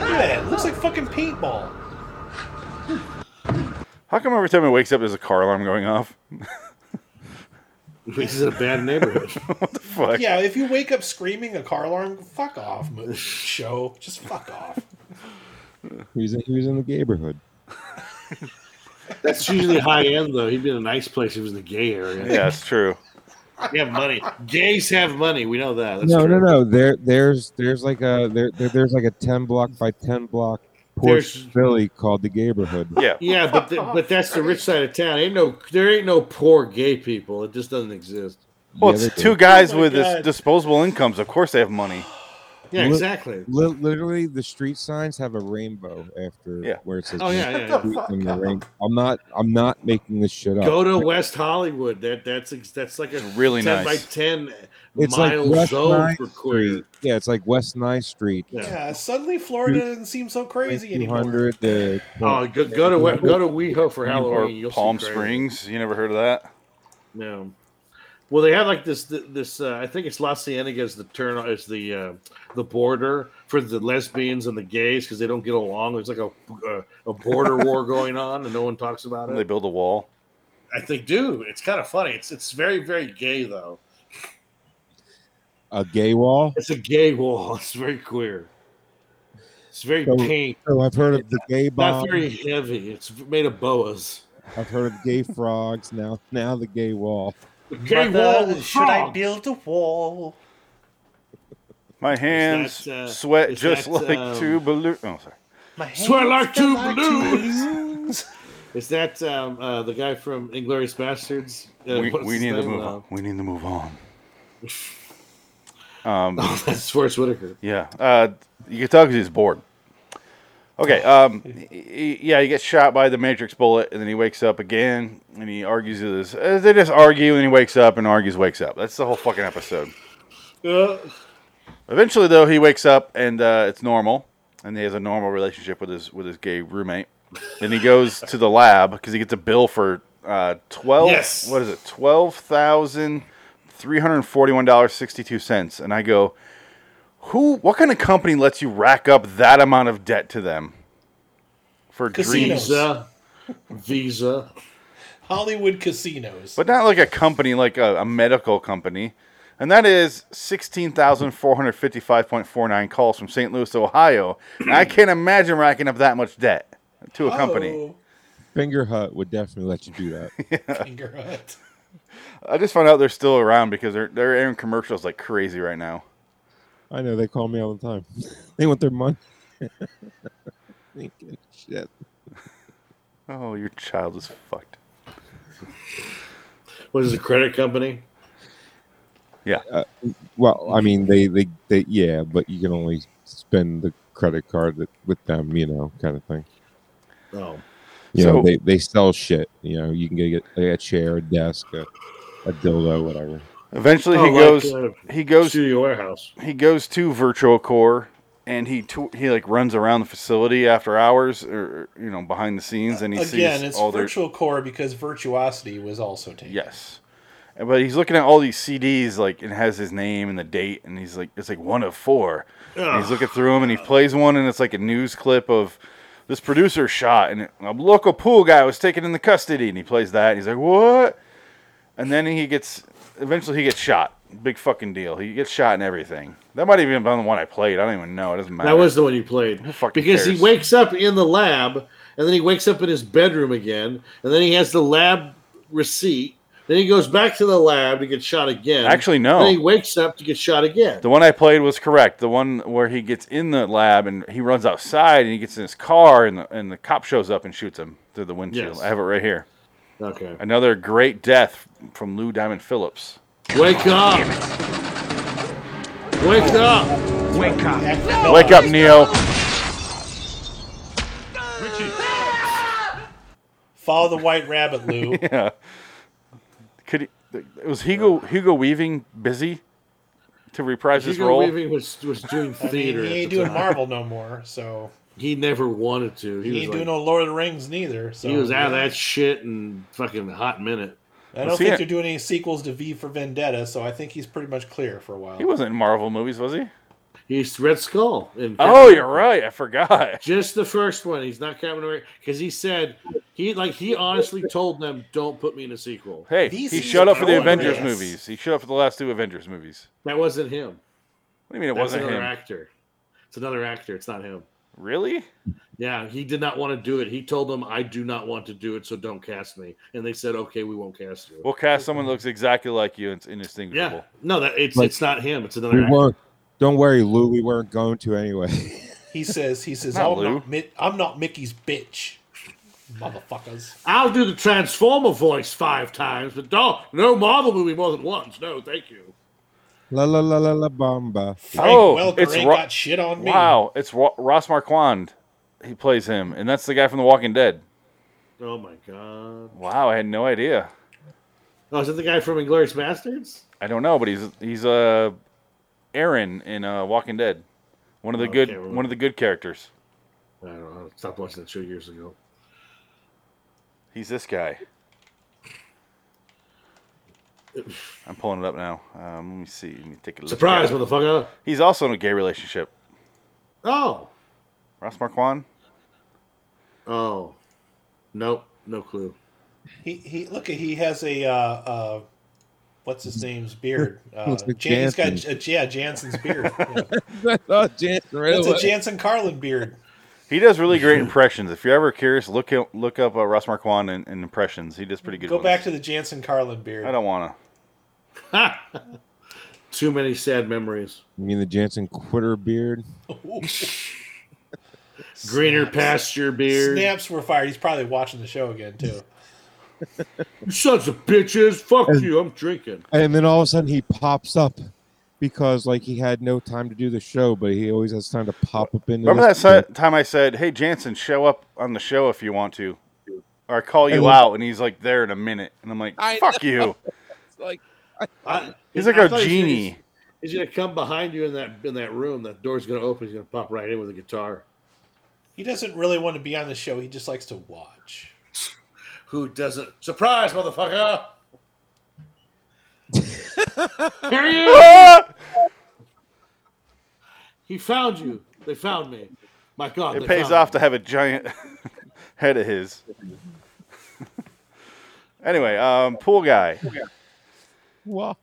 F: Look at that. It looks like fucking paintball.
A: how come every time he wakes up there's a car alarm going off?
E: This is a bad neighborhood.
A: what the fuck?
F: Yeah, if you wake up screaming a car alarm, fuck off, mo- show. Just fuck off.
G: He was in, he was in the neighborhood.
E: That's usually high end though. He'd be in a nice place. He was in the gay area.
A: Yeah, it's true.
E: They have money. Gays have money. We know that. That's
G: no,
E: true.
G: no, no. There, there's, there's like a there, there- there's like a ten block by ten block Porsche
E: There's-
G: Philly called the neighborhood.
A: Yeah.
E: Yeah, but the, but that's the rich side of town. Ain't no there ain't no poor gay people. It just doesn't exist.
A: Well,
G: Yeah,
A: it's
G: they
A: two
G: do.
A: guys
F: Oh my
A: with dis-
F: God.
A: disposable incomes. Of course, they have money.
E: Yeah,
G: Look-
E: exactly.
G: Li- literally, the street signs have a rainbow after
A: Yeah.
G: where it says.
E: Oh yeah, yeah. yeah.
G: "Meet in the rain." I'm not. I'm not making this shit up.
E: Go to West Hollywood. That that's ex- that's like a
A: really
E: ten
A: nice.
E: by ten
G: it's like
E: mile
G: West
E: zone
G: Ninth
E: for queer.
G: Street. Yeah, it's like West Ninth Street.
E: Yeah.
F: Yeah, suddenly Florida doesn't seem so crazy
G: Two
F: anymore.
G: hundred. uh, The
E: Oh, go, go to we- go to WeHo for
A: Or
E: Halloween. You'll see
A: Palm
E: crazy.
A: Springs. You never heard of that?
E: No. Well, they have like this. This uh, I think it's La Cienega is the turn is the uh, the border for the lesbians and the gays because they don't get along. There's like a a, a border war going on, and no one talks about
A: They
E: it.
A: build a wall.
E: I think, do. It's kind of funny. It's it's very very gay though.
G: a gay wall.
E: It's a gay wall. It's very queer. It's very
G: So- um,
E: pink.
G: Oh, I've heard of the gay bomb.
E: Not very heavy. It's made of boas.
G: I've heard of gay frogs. Now, now the gay wall.
E: Gay
F: But, uh,
E: wall. with
F: should I
E: frogs.
F: build a wall?
A: My hands
E: that, uh,
A: sweat
E: is
A: just
E: that,
A: like two
E: um,
A: balloons. Oh, sorry.
F: My
E: Swear
F: hands
E: like
F: feel
E: two
F: balloons.
E: Is that um, uh, the guy from Inglorious Bastards? Uh,
A: we,
E: what's
A: we
E: his
A: need to
E: name?
A: move
E: Uh,
A: on. We need to move on. Um,
E: Oh, that's Forrest Whitaker.
A: yeah. Uh, you can tell because he's bored. Okay. Um, he- he- yeah, he gets shot by the Matrix bullet, and then he wakes up again, and he argues with his. uh, They just argue, and he wakes up, and argues, wakes up. That's the whole fucking episode.
E: Uh,
A: Eventually, though, he wakes up and uh, it's normal, and he has a normal relationship with his with his gay roommate. Then he goes to the lab because he gets a bill for uh, twelve.
E: Yes.
A: What is it? Twelve thousand three hundred forty-one dollars sixty-two cents. And I go, who? What kind of company lets you rack up that amount of debt to them for dreams?
F: Casinos.
E: Visa. Visa.
F: Hollywood casinos.
A: But not like a company, like a, a medical company. And that is 16,455.49 calls from St. Louis, Ohio. And I can't imagine racking up that much debt to a company.
G: Finger Hut would definitely let you do that.
F: Oh, finger hut.
A: I just found out they're still around because they're, they're airing commercials like crazy right now.
G: I know they call me all the time. they want their money. Thinking shit.
A: Oh, your child is fucked.
E: What is it, credit company?
G: Well, I mean, they, they, they, yeah, but you can only spend the credit card that, with them, you know, kind of thing.
E: Oh.
G: You
A: So-
G: know, they, they sell shit. You know, you can get a, a chair, a desk, a, a dildo, whatever.
A: Eventually,
E: Oh,
A: he
E: like,
A: goes.
E: uh,
A: he goes.
E: Studio Warehouse.
A: he goes to virtual core and he to- he like runs around the facility after hours or you know behind the scenes and he
F: Again,
A: sees
F: it's
A: all their
F: virtual core because virtuosity was also taken.
A: Yes. And- But he's looking at all these CDs, like it has his name and the date, and he's like, it's like one of four. And he's looking through them, and he plays one, and it's like a news clip of this producer shot, and a local pool guy was taken into custody, and he plays that, and he's like, what? And then he gets eventually he gets shot. Big fucking deal. He gets shot and everything. That might even have been the one I played. I don't even know. It doesn't matter.
E: That was the one you played. because
A: cares?
E: he wakes up in the lab, and then he wakes up in his bedroom again, and then he has the lab receipt. Then he goes back to the lab to get shot again.
A: Actually, no.
E: Then he wakes up to get shot again.
A: The one I played was correct. The one where he gets in the lab and he runs outside and he gets in his car and the, and the cop shows up and shoots him through the windshield.
E: Yes.
A: I have it right here.
E: Okay.
A: Another great death from Lou Diamond Phillips.
E: Wake up! Wake up!
C: Wake up.
E: Oh,
A: Wake up, Neo.
F: Follow the white rabbit, Lou.
A: yeah. Could he, was Hugo Hugo Weaving busy to reprise his
E: Hugo
A: role?
E: Weaving was was doing
F: I mean,
E: theater.
F: he
E: at
F: ain't
E: the
F: doing
E: time.
F: Marvel no more, so
E: He never wanted to.
F: he,
E: He,
F: ain't
E: was
F: doing
E: like,
F: no Lord of the Rings neither. So
E: he was out of that shit in fucking hot minute.
F: I don't
A: Was he
F: think
A: in-
F: they're doing any sequels to V for Vendetta, so I think he's pretty much clear for a while.
A: He wasn't in Marvel movies, was he?
E: He's Red Skull. In
A: Oh, you're right. I forgot.
E: Just the first one. He's not Captain America because he said he like he honestly told them, "Don't put me in a sequel."
A: Hey,
F: These
A: he
F: things
A: showed up for the
F: are
A: Avengers
F: glorious.
A: movies. He showed up for the last two Avengers movies.
E: That wasn't him.
A: What do you mean it
E: That's
A: wasn't
E: another
A: him?
E: actor. It's another actor. It's not him.
A: Really?
E: Yeah, he did not want to do it. He told them, "I do not want to do it, so don't cast me." And they said, "Okay, we won't cast you."
A: We'll cast someone that looks exactly like you and it's indistinguishable.
E: yeah, no, that it's
G: Like-
E: it's not him. It's another
G: We
E: actor.
G: weren't. Don't worry, Lou. We weren't going to anyway.
F: He says, he says,
A: Not
F: I'm
A: Lou.
F: not, Mi- I'm not Mickey's bitch, motherfuckers.
E: I'll do the Transformer voice five times, but don't no Marvel movie more than once. No, thank you.
G: la la la la la bomba.
F: Frank
A: Oh,
F: Welker
A: it's
F: ain't
A: Ro-
F: got shit on me.
A: Wow, it's Ro- Ross Marquand. He plays him, and that's the guy from The Walking Dead.
E: Oh my god!
A: Wow, I had no idea.
E: Oh, is that the guy from Inglorious Bastards?
A: I don't know, but he's he's uh Aaron in uh, Walking Dead, one of the
E: Okay,
A: good
E: well-
A: one of the good characters.
E: I don't know. I stopped watching that show years ago.
A: He's this guy. I'm pulling it up now. Um, let me see. Let me take a look.
E: Surprise,
A: at it.
E: motherfucker!
A: He's also in a gay relationship.
E: Oh,
A: Ross Marquand.
E: oh, nope, no clue.
F: He, he, look, he has a, uh, uh, what's his name's beard? Uh,
G: Looks like
F: Jan- he's got,
G: Jansen.
F: uh, yeah, Jansen's beard. Yeah.
G: I thought Jansen right
F: That's a
G: away.
F: Jansen Carlin beard.
A: He does really great impressions. If you're ever curious, look him- look up uh, Ross Marquand and, and impressions. He does pretty good.
F: Go
A: ones.
F: back to the Jansen Carlin beard.
A: I don't want to.
E: Too many sad memories.
G: You mean the Jansen quitter beard?
E: Greener pasture beard.
F: Snaps were fired. He's probably watching the show again too.
E: You sons of bitches! Fuck you! I'm drinking.
G: And then all of a sudden he pops up because like he had no time to do the show, but he always has time to pop up in.
A: Remember that si- time I said, "Hey Jansen, show up on the show if you want to," or I call you
G: And-
A: out, and he's like there in a minute, and I'm like,
G: I
A: "Fuck you."
G: Like
E: I-
A: He's like
E: I
A: a
E: thought he was gonna-
A: genie.
E: He's gonna come behind you in that in that room. That door's gonna open. He's gonna pop right in with a guitar.
F: He doesn't really want to be on the show. He just likes to watch.
E: Who doesn't? Surprise, motherfucker! Here he is! He found you. They found me. My God,
A: It
E: they
A: pays
E: found
A: off
E: me.
A: to have a giant head of his. anyway, um, pool guy.
G: why?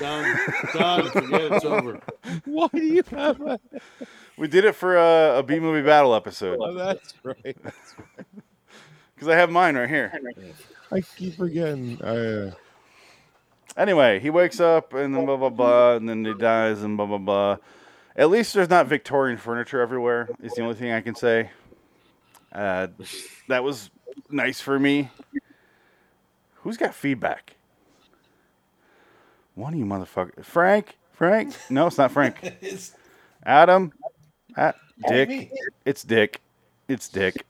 E: Done. Done. Forget it, it's over.
G: Why do you have a?
A: We did it for uh, a B movie battle episode
G: Oh, that's right.
A: because I have mine right here.
G: I keep forgetting. Uh,
A: Anyway, he wakes up and then blah blah blah, and then he dies and blah blah blah. At least there's not Victorian furniture everywhere. Is the only thing I can say. Uh, that was nice for me. Who's got feedback? One of you motherfuckers, Frank. Frank? No, it's not Frank.
F: It's Oh,
A: Adam. Ah, Dick.
F: me.
A: It's Dick. It's Dick.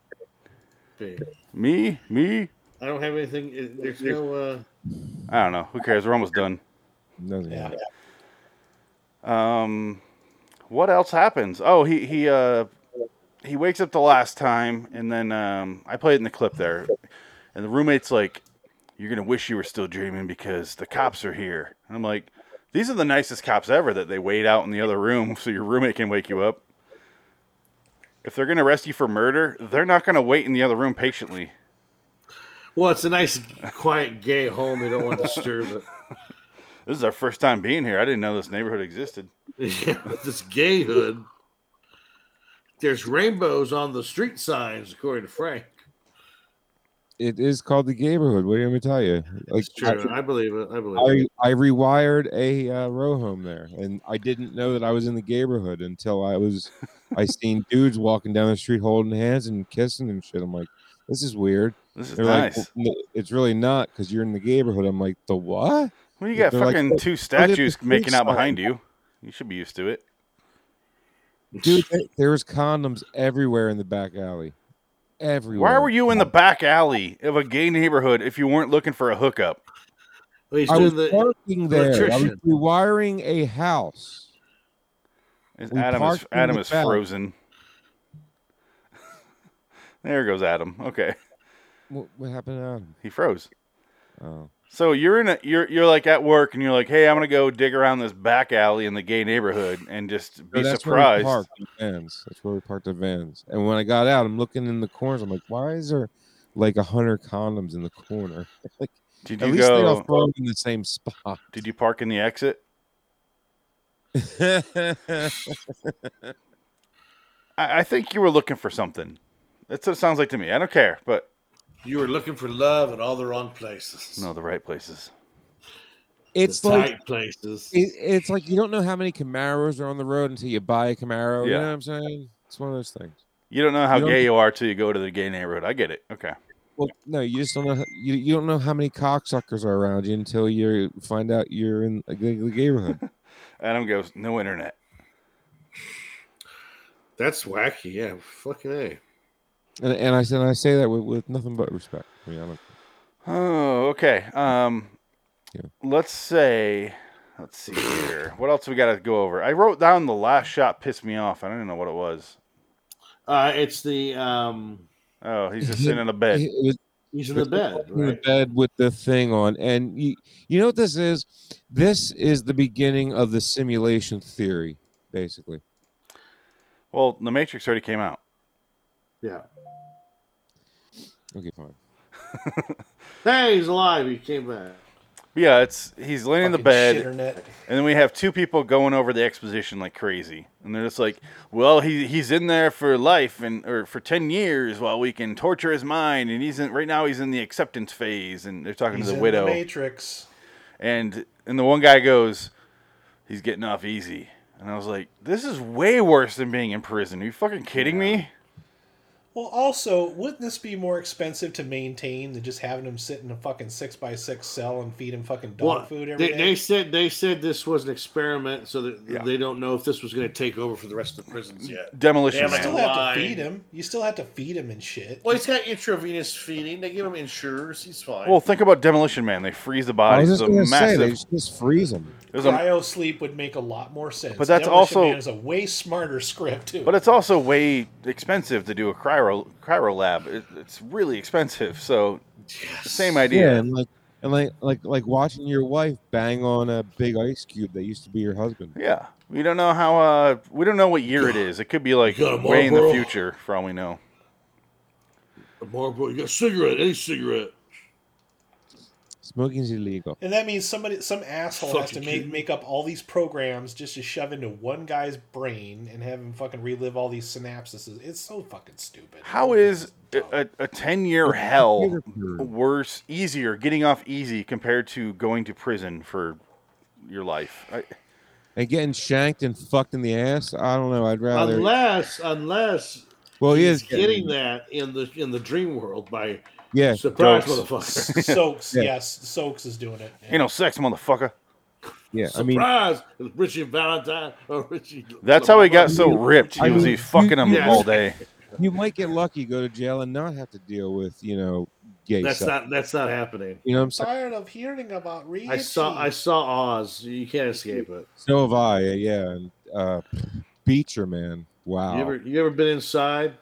E: Big.
A: Me. Me.
E: I don't have anything. it- There's no. Uh,
A: I don't know. Who cares? We're almost done.
G: doesn't
F: yeah.
G: matter.
A: Um, what else happens? Oh, he he uh he wakes up the last time, and then um I played in the clip there, and the roommate's like, "You're gonna wish you were still dreaming because the cops are here." And I'm like, "These are the nicest cops ever that they wait out in the other room so your roommate can wake you up." If they're gonna arrest you for murder, they're not gonna wait in the other room patiently.
E: Well, it's a nice, quiet, gay home. They don't want to disturb it.
A: This is our first time being here. I didn't know this neighborhood existed.
E: Yeah, this gay hood. There's rainbows on the street signs, according to Frank.
G: It is called the neighborhood. What do you want me to tell you? Like,
E: It's true. I, believe it. I believe
G: I,
E: it.
G: I rewired a uh, row home there, and I didn't know that I was in the neighborhood until I was. I seen dudes walking down the street holding hands and kissing and shit. I'm like, this is weird.
A: This is nice.
G: like, "Well, no, it's really not because you're in the neighborhood. I'm like, the what?
A: Well, you
G: They're
A: got
G: like,
A: fucking
G: "Well,
A: two
G: I live
A: statues
G: between
A: making out
G: signs."
A: behind you. You should be used to it.
G: Dude, th- there was condoms everywhere in the back alley. Everywhere.
A: Why were you in the back alley of a gay neighborhood if you weren't looking for a hookup?
E: He's
G: I
E: doing
G: was
E: the
G: parking there. I was
E: electrician.
G: rewiring a house.
A: Is
G: We
A: Adam is
G: parked in
A: Adam
G: the
A: is
G: back.
A: frozen. there goes Adam. Okay,
G: What, what happened to Adam?
A: he froze.
G: Oh.
A: So you're in a you're you're like at work and you're like, hey, I'm gonna go dig around this back alley in the gay neighborhood and just be
G: No, that's Where we
A: surprised.
G: parked the vans. That's where we parked the vans. And when I got out, I'm looking in the corners. I'm like, why is there like a hundred condoms in the corner? like,
A: Did
G: at
A: you
G: least they all
A: go-
G: throw 'em in the same spot.
A: Did you park in the exit? I, I think you were looking for something. That's what it sounds like to me. I don't care, but
E: You were looking for love in all the wrong places.
A: no, the right places.
G: It's
E: the
G: like
E: tight places.
G: it, it's like you don't know how many Camaros are on the road until you buy a Camaro. You
A: Yeah.
G: know what I'm saying? It's one of those things.
A: You don't know how
G: You don't-
A: gay you are till you go to the gay neighborhood. I get it. Okay.
G: Well, no, you just don't know. how- You, you don't know how many cocksuckers are around you until you find out you're in a gay the neighborhood.
A: Adam goes, no internet.
E: That's wacky. Yeah, fucking a.
G: and, and I said, I say that with, with nothing but respect. I mean, I don't,
A: Oh, okay. Um,
G: Yeah.
A: let's say, let's see here. What else we got to go over? I wrote down the last shot pissed me off. I don't even know what it was.
E: Uh, it's the um.
A: Oh, he's just sitting in a bed.
G: it was
E: He's in the bed,
G: in the
E: right?
G: bed with the thing on. And you, you know what this is? This is the beginning of the simulation theory, basically.
A: Well, the Matrix already came out.
E: Yeah.
G: Okay, fine.
E: Hey, he's alive. He came back.
A: Yeah, it's he's laying in the
F: Fucking
A: bed,
F: shitternut.
A: and then we have two people going over the exposition like crazy, and they're just like, "Well, he he's in there for life and or for ten years while we can torture his mind, and he's in right now he's in the acceptance phase, and they're talking
F: He's
A: to
F: in
A: the
F: the
A: widow,
F: Matrix.
A: and and the one guy goes, "He's getting off easy," and I was like, "This is way worse than being in prison. Are you fucking kidding me?"
F: Well, also, wouldn't this be more expensive to maintain than just having him sit in a fucking six by six cell and feed him fucking dog
E: Well,
F: food every
E: they,
F: day?
E: they said they said this was an experiment, so that
A: Yeah.
E: they don't know if this was going to take over for the rest of the prisons yet.
A: Demolition
E: Yeah,
F: You
E: but
A: man.
F: still have
E: Why?
F: to feed him. You still have to feed him and shit.
E: Well, he's got intravenous feeding. They give him insurers. He's fine.
A: Well, think about Demolition Man. They freeze the
G: I
A: body.
G: was
A: It was
G: just
A: a
G: going to say,
A: massive.
G: they just- just freeze them.
A: it was a-
F: Cryo sleep would make a lot more sense.
A: But that's
F: Demolition
A: also-
F: Man is a way smarter script too.
A: But it's also way expensive to do a cryo cryo lab. It, it's really expensive. So same
G: Yeah,
A: idea.
G: and like and like like like watching your wife bang on a big ice cube that used to be your husband.
A: Yeah. We don't know how. Uh, we don't know what year it is. It could be like
E: You got a
A: way in the
E: Marlboro?
A: future, for all we know.
E: Marlboro, you got a cigarette, any cigarette.
G: Smoking's illegal.
F: and that means somebody, some asshole has to
E: Fucking
F: make
E: kid.
F: make up all these programs just to shove into one guy's brain and have him fucking relive all these synapses. It's so fucking stupid.
A: How is a, a- a ten year hell
G: computer program.
A: worse, easier, getting off easy compared to going to prison for your life? I,
G: And getting shanked and fucked in the ass. I don't know. I'd rather.
E: Unless, unless
G: well, Oh, he
E: he's
G: is
E: getting that in the in the dream world by
G: Yeah,
E: surprise,
A: Dopes.
E: motherfucker.
F: Soaks?
G: Yeah.
F: Yes, Soaks is doing it.
A: you know, sex, motherfucker.
G: yeah. I mean,
E: surprise, Richie Valentine or Richie.
A: That's how he got so
G: mean-
A: ripped. He
G: I
A: was
G: mean,
A: he fucking them
E: yeah.
A: all day.
G: you might get lucky, go to jail, and not have to deal with you know gay
E: That's
G: stuff.
E: not that's not happening.
G: you know what I'm saying?
F: tired of hearing about Richie.
E: I saw I saw Oz. You can't escape it.
G: So have I. Yeah. And, uh, Beecher, man. Wow.
E: You ever you ever been inside?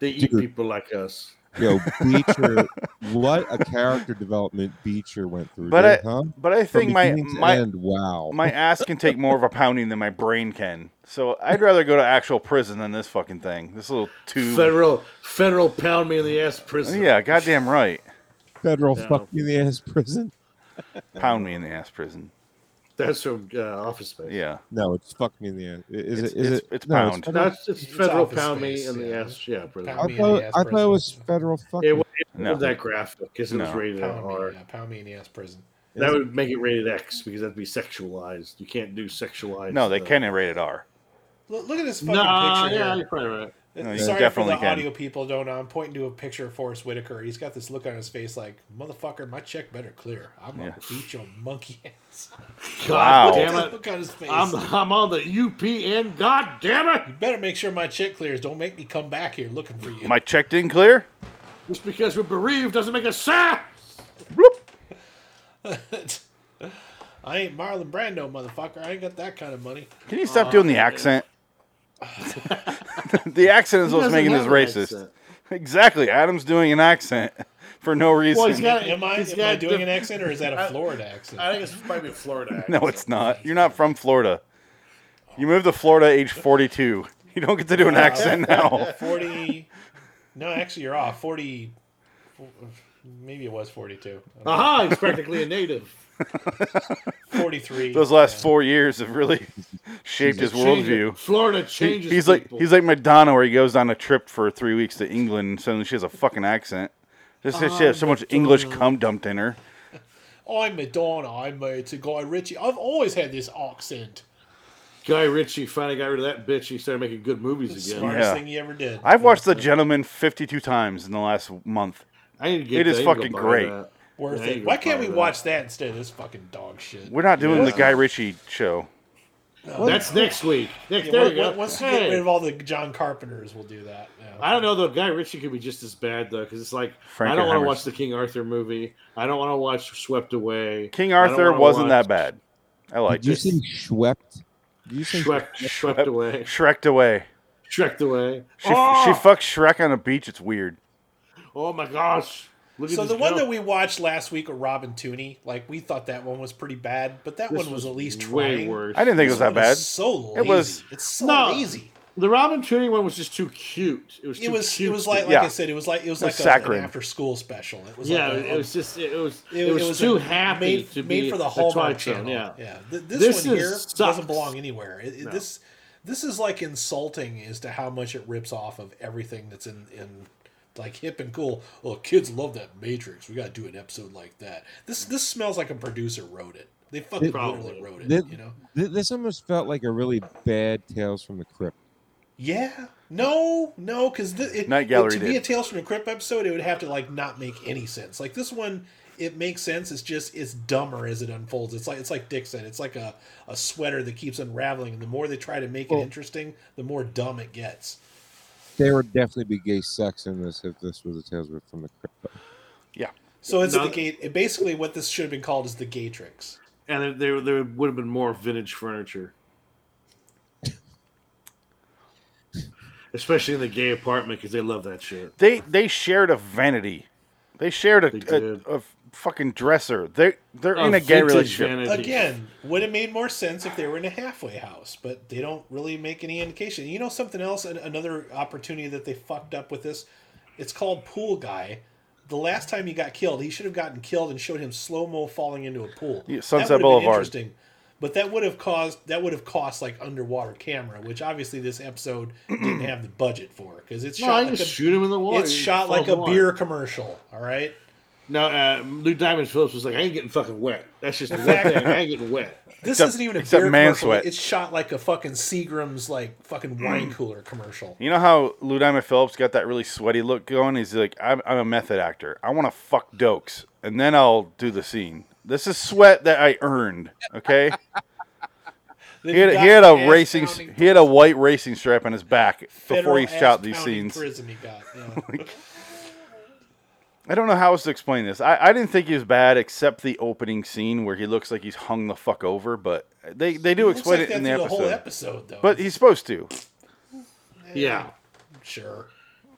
E: They eat
G: Oh. Dude.
E: people like us.
G: Yo, Beecher. what a character development Beecher went through.
A: But
G: dude,
A: I-
G: huh?
A: But I
G: From
A: think my
G: beginning to
A: my
G: end, wow.
A: my ass can take more of a pounding than my brain can. So I'd rather go to actual prison than this fucking thing. This little tube.
E: Federal federal pound me in the ass prison.
A: Yeah, goddamn right.
G: Federal
E: No.
G: fuck you in the ass prison.
A: Pound me in the ass prison.
E: That's from uh, Office Space.
A: Yeah.
G: No, it's fuck me in the ass. I- Is
A: It's-
G: it? Is
A: it's-
G: it?
A: it's
G: no,
A: pound.
G: federal-
E: That's just federal
F: Office
E: pound me
F: Space,
E: in the
F: yeah.
E: ass. Yeah, prison.
F: Pound
G: I
F: me in
G: thought,
F: the ass
G: I thought it
F: prison.
G: was federal fuck.
E: It
G: me.
E: was
A: No.
E: that graphic because it was
A: No.
E: rated
F: Pound me,
E: R.
F: yeah, pound me in the ass prison.
E: That would make it rated X because that'd be sexualized. You can't do sexualized.
A: No, they
E: uh,
A: can in rated R.
F: Look, look at this fucking
E: Nah,
F: picture
E: yeah,
F: here.
E: you're probably right.
A: No, you
F: Sorry for
A: definitely
F: the
A: can.
F: audio people don't know. I'm pointing to a picture of Forrest Whitaker. He's got this look on his face like, motherfucker, my check better clear. I'm gonna
A: Yeah.
F: beat your monkey ass.
A: Wow.
E: God
F: Look at
E: damn
F: the
E: it!
F: look on his face.
E: I'm I'm on the UPN. God damn it!
F: You better make sure my check clears. Don't make me come back here looking for you.
A: My check didn't clear.
E: Just because we're bereaved doesn't make us sad.
F: I ain't Marlon Brando, motherfucker. I ain't got that kind of money.
A: Can you stop
E: Oh,
A: doing the accent? the accent is what's making this racist. Exactly. Adam's doing an accent for no reason.
E: he's got-
F: Am I,
E: He's
F: am
E: got
F: I doing
E: diff-
F: an accent or is that a Florida accent?
K: I think it's probably Florida.
A: no, it's not. You're not from Florida. You moved to Florida age 42. You don't get to do an accent now.
F: 40. No, actually, you're off. 40. Maybe it was 42.
E: Aha! He's practically a native.
F: 43.
A: Those last four years have really shaped his
E: Change-
A: worldview.
E: Florida
A: He-
E: changes.
A: He's like
E: people.
A: he's like Madonna, where he goes on a trip for three weeks to England, and suddenly she has a fucking accent. Just 'cause she has so much English cum dumped in her.
F: I'm Madonna. I'm uh, to Guy Ritchie. I've always had this accent.
E: Guy Ritchie finally got rid of that bitch. He started making good movies again.
F: Smartest
A: Yeah.
F: thing you ever did.
A: I've watched The Gentleman 52 times in the last month.
E: I need to get.
A: It is
E: that. I need to go
A: fucking
E: buy
A: great.
E: that.
F: Worth
E: Yeah, you
F: it.
E: can
F: Why can't we
E: find
F: watch that instead of this fucking dog shit?
A: We're not doing the Guy Ritchie show.
E: That's next week. Next,
F: Yeah,
E: there
F: on-
E: you go.
F: on- Once you
E: Hey.
F: get rid of all the John Carpenters, we'll do that. yeah.
E: I don't know though. Guy Ritchie could be just as bad though, because it's like I don't want
A: Frankenheimer's-
E: to watch the King Arthur movie. I don't want to watch Swept Away.
A: King
E: I don't
A: Arthur
E: wanna
A: wasn't
E: watch
A: that bad. I
G: Did
A: liked
G: you
A: it.
G: say swept? Did you say
E: Shrek, Shrek away,
A: Shreked away.
E: Shreked away.
A: She,
E: oh,
A: she fucks Shrek on a beach. It's weird.
E: oh my gosh! Look at
F: So
E: this
F: the one
E: girl.
F: that we watched last week with Robin Tooney, like we thought that one was pretty bad, but that
E: This
F: one was at least
E: way
F: trying.
E: worse.
A: I didn't think it was
F: This
A: that
F: one is
A: bad.
F: So lazy.
A: It was-
F: It's so
E: No.
F: lazy.
E: The Robin Trinity one was just too cute. It was. Too
F: It was.
E: Cute
F: It was like, like
A: Yeah.
F: I said, it was like it was
A: It
F: like
A: was
F: a, an
A: saccharine.
F: after school special. It was.
E: yeah,
F: like a-
E: it was just. It was.
F: it-
E: It, was,
F: it was
E: too
F: a-
E: happy
F: made,
E: to
F: made
E: be
F: for
E: a
F: the Hallmark
E: Twilight
F: Channel.
E: Zone, Yeah.
F: yeah. Th- This,
E: This
F: one
E: is-
F: here
E: sucks.
F: doesn't belong anywhere. It, it- This this is like insulting as to how much it rips off of everything that's in in like hip and cool. Oh, kids love that Matrix. We got to do an episode like that. This this smells like a producer wrote it. They fucking literally wrote it.
G: This,
F: you know.
G: th- this almost felt like a really bad Tales from the Crypt.
F: Yeah. No, no, because it
A: Night Gallery
F: to be a
A: did.
F: Tales from the Crypt episode, it would have to like not make any sense. Like this one, it makes sense. It's just it's dumber as it unfolds. It's like it's like Dick said. It's like a, a sweater that keeps unraveling, and the more they try to make it interesting, the more dumb it gets.
G: There would definitely be gay sex in this if this was a Tales from the Crypt.
F: So it's
E: No.
F: the gate. It basically what this should have been called is the Gatrix.
E: and there, there, there would have been more vintage furniture, especially in the gay apartment because they love that shit.
A: They they shared a vanity. They shared
E: They
A: a,
E: did.
A: a, a fucking dresser. They they're in a gay
E: vintage
A: relationship.
E: vanity.
F: Again, would have made more sense if they were in a halfway house, but they don't really make any indication. You know something else? An- Another opportunity that they fucked up with this. It's called Pool Guy. The last time he got killed, he should have gotten killed and showed him slow mo falling into a pool.
A: Yeah,
F: That
A: Sunset
F: would have been
A: Boulevard.
F: Interesting, but that would have caused that would have cost like underwater camera, which obviously this episode didn't have the budget for because it's
E: No,
F: shot
E: I
F: like
E: just
F: a,
E: shoot him in the water.
F: it's
E: He
F: shot
E: falls
F: like
E: in
F: a
E: the water.
F: beer commercial. All right.
E: No, uh, Lou Diamond Phillips was like, "I ain't getting fucking wet. That's just a wet
F: fact-
E: thing. I ain't getting wet."
F: This
A: Except-
F: isn't even a
A: except
F: beer
A: man
F: commercial.
A: sweat. Mm.
F: It's shot like a fucking Seagram's like fucking wine cooler commercial.
A: You know how Lou Diamond Phillips got that really sweaty look going? He's like, I'm, I'm a method actor. I want to fuck dokes, and then I'll do the scene. This is sweat that I earned. Okay, he had, he had a racing, he had a white racing strap on his back before he shot these scenes.
F: Prison he got. Yeah.
A: I don't know how else to explain this. I, I didn't think he was bad except the opening scene where he looks like he's hung the fuck over, but they, they do
F: Looks
A: explain
F: like
A: it
F: that
A: in the
F: through
A: episode.
F: whole episode though.
A: But he's supposed to.
E: Yeah,
F: sure.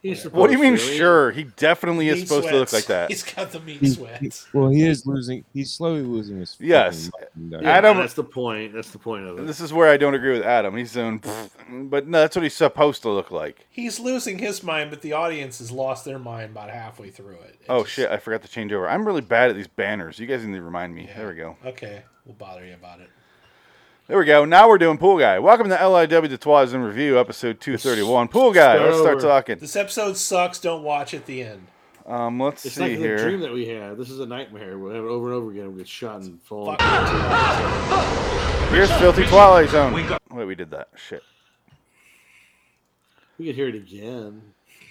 E: He's
A: What do you mean?
E: supposed to.
A: Sure, he definitely is
F: Meat
A: supposed to look
F: sweats.
A: like that.
F: He's got the meat
G: He-
F: sweats.
G: Well, he is losing. He's slowly losing his. fucking
A: Yes.
G: mind,
A: Yeah.
G: I think.
A: Adam-
E: That's the point. That's the point of it.
A: This is where I don't agree with Adam. He's doing, but no, that's what he's supposed to look like.
F: He's losing his mind, but the audience has lost their mind about halfway through it. It's
A: Oh
F: just-
A: shit! I forgot to change over. I'm really bad at these banners. You guys need to remind me. There we go.
F: Okay, we'll bother you about it.
A: There we go. Now we're doing Pool Guy. Welcome to LIW Detois in Review, episode 231. Pool Guy. Let's start talking.
F: This episode sucks. Don't watch at the end.
A: Um, let's
E: It's
A: see
E: like the dream
A: here.
E: that we had. This is a nightmare. We have it over and over again. We get shot and fall.
A: Here's Filthy Twilight Zone. Wait, we did that. Shit.
E: We could hear it again.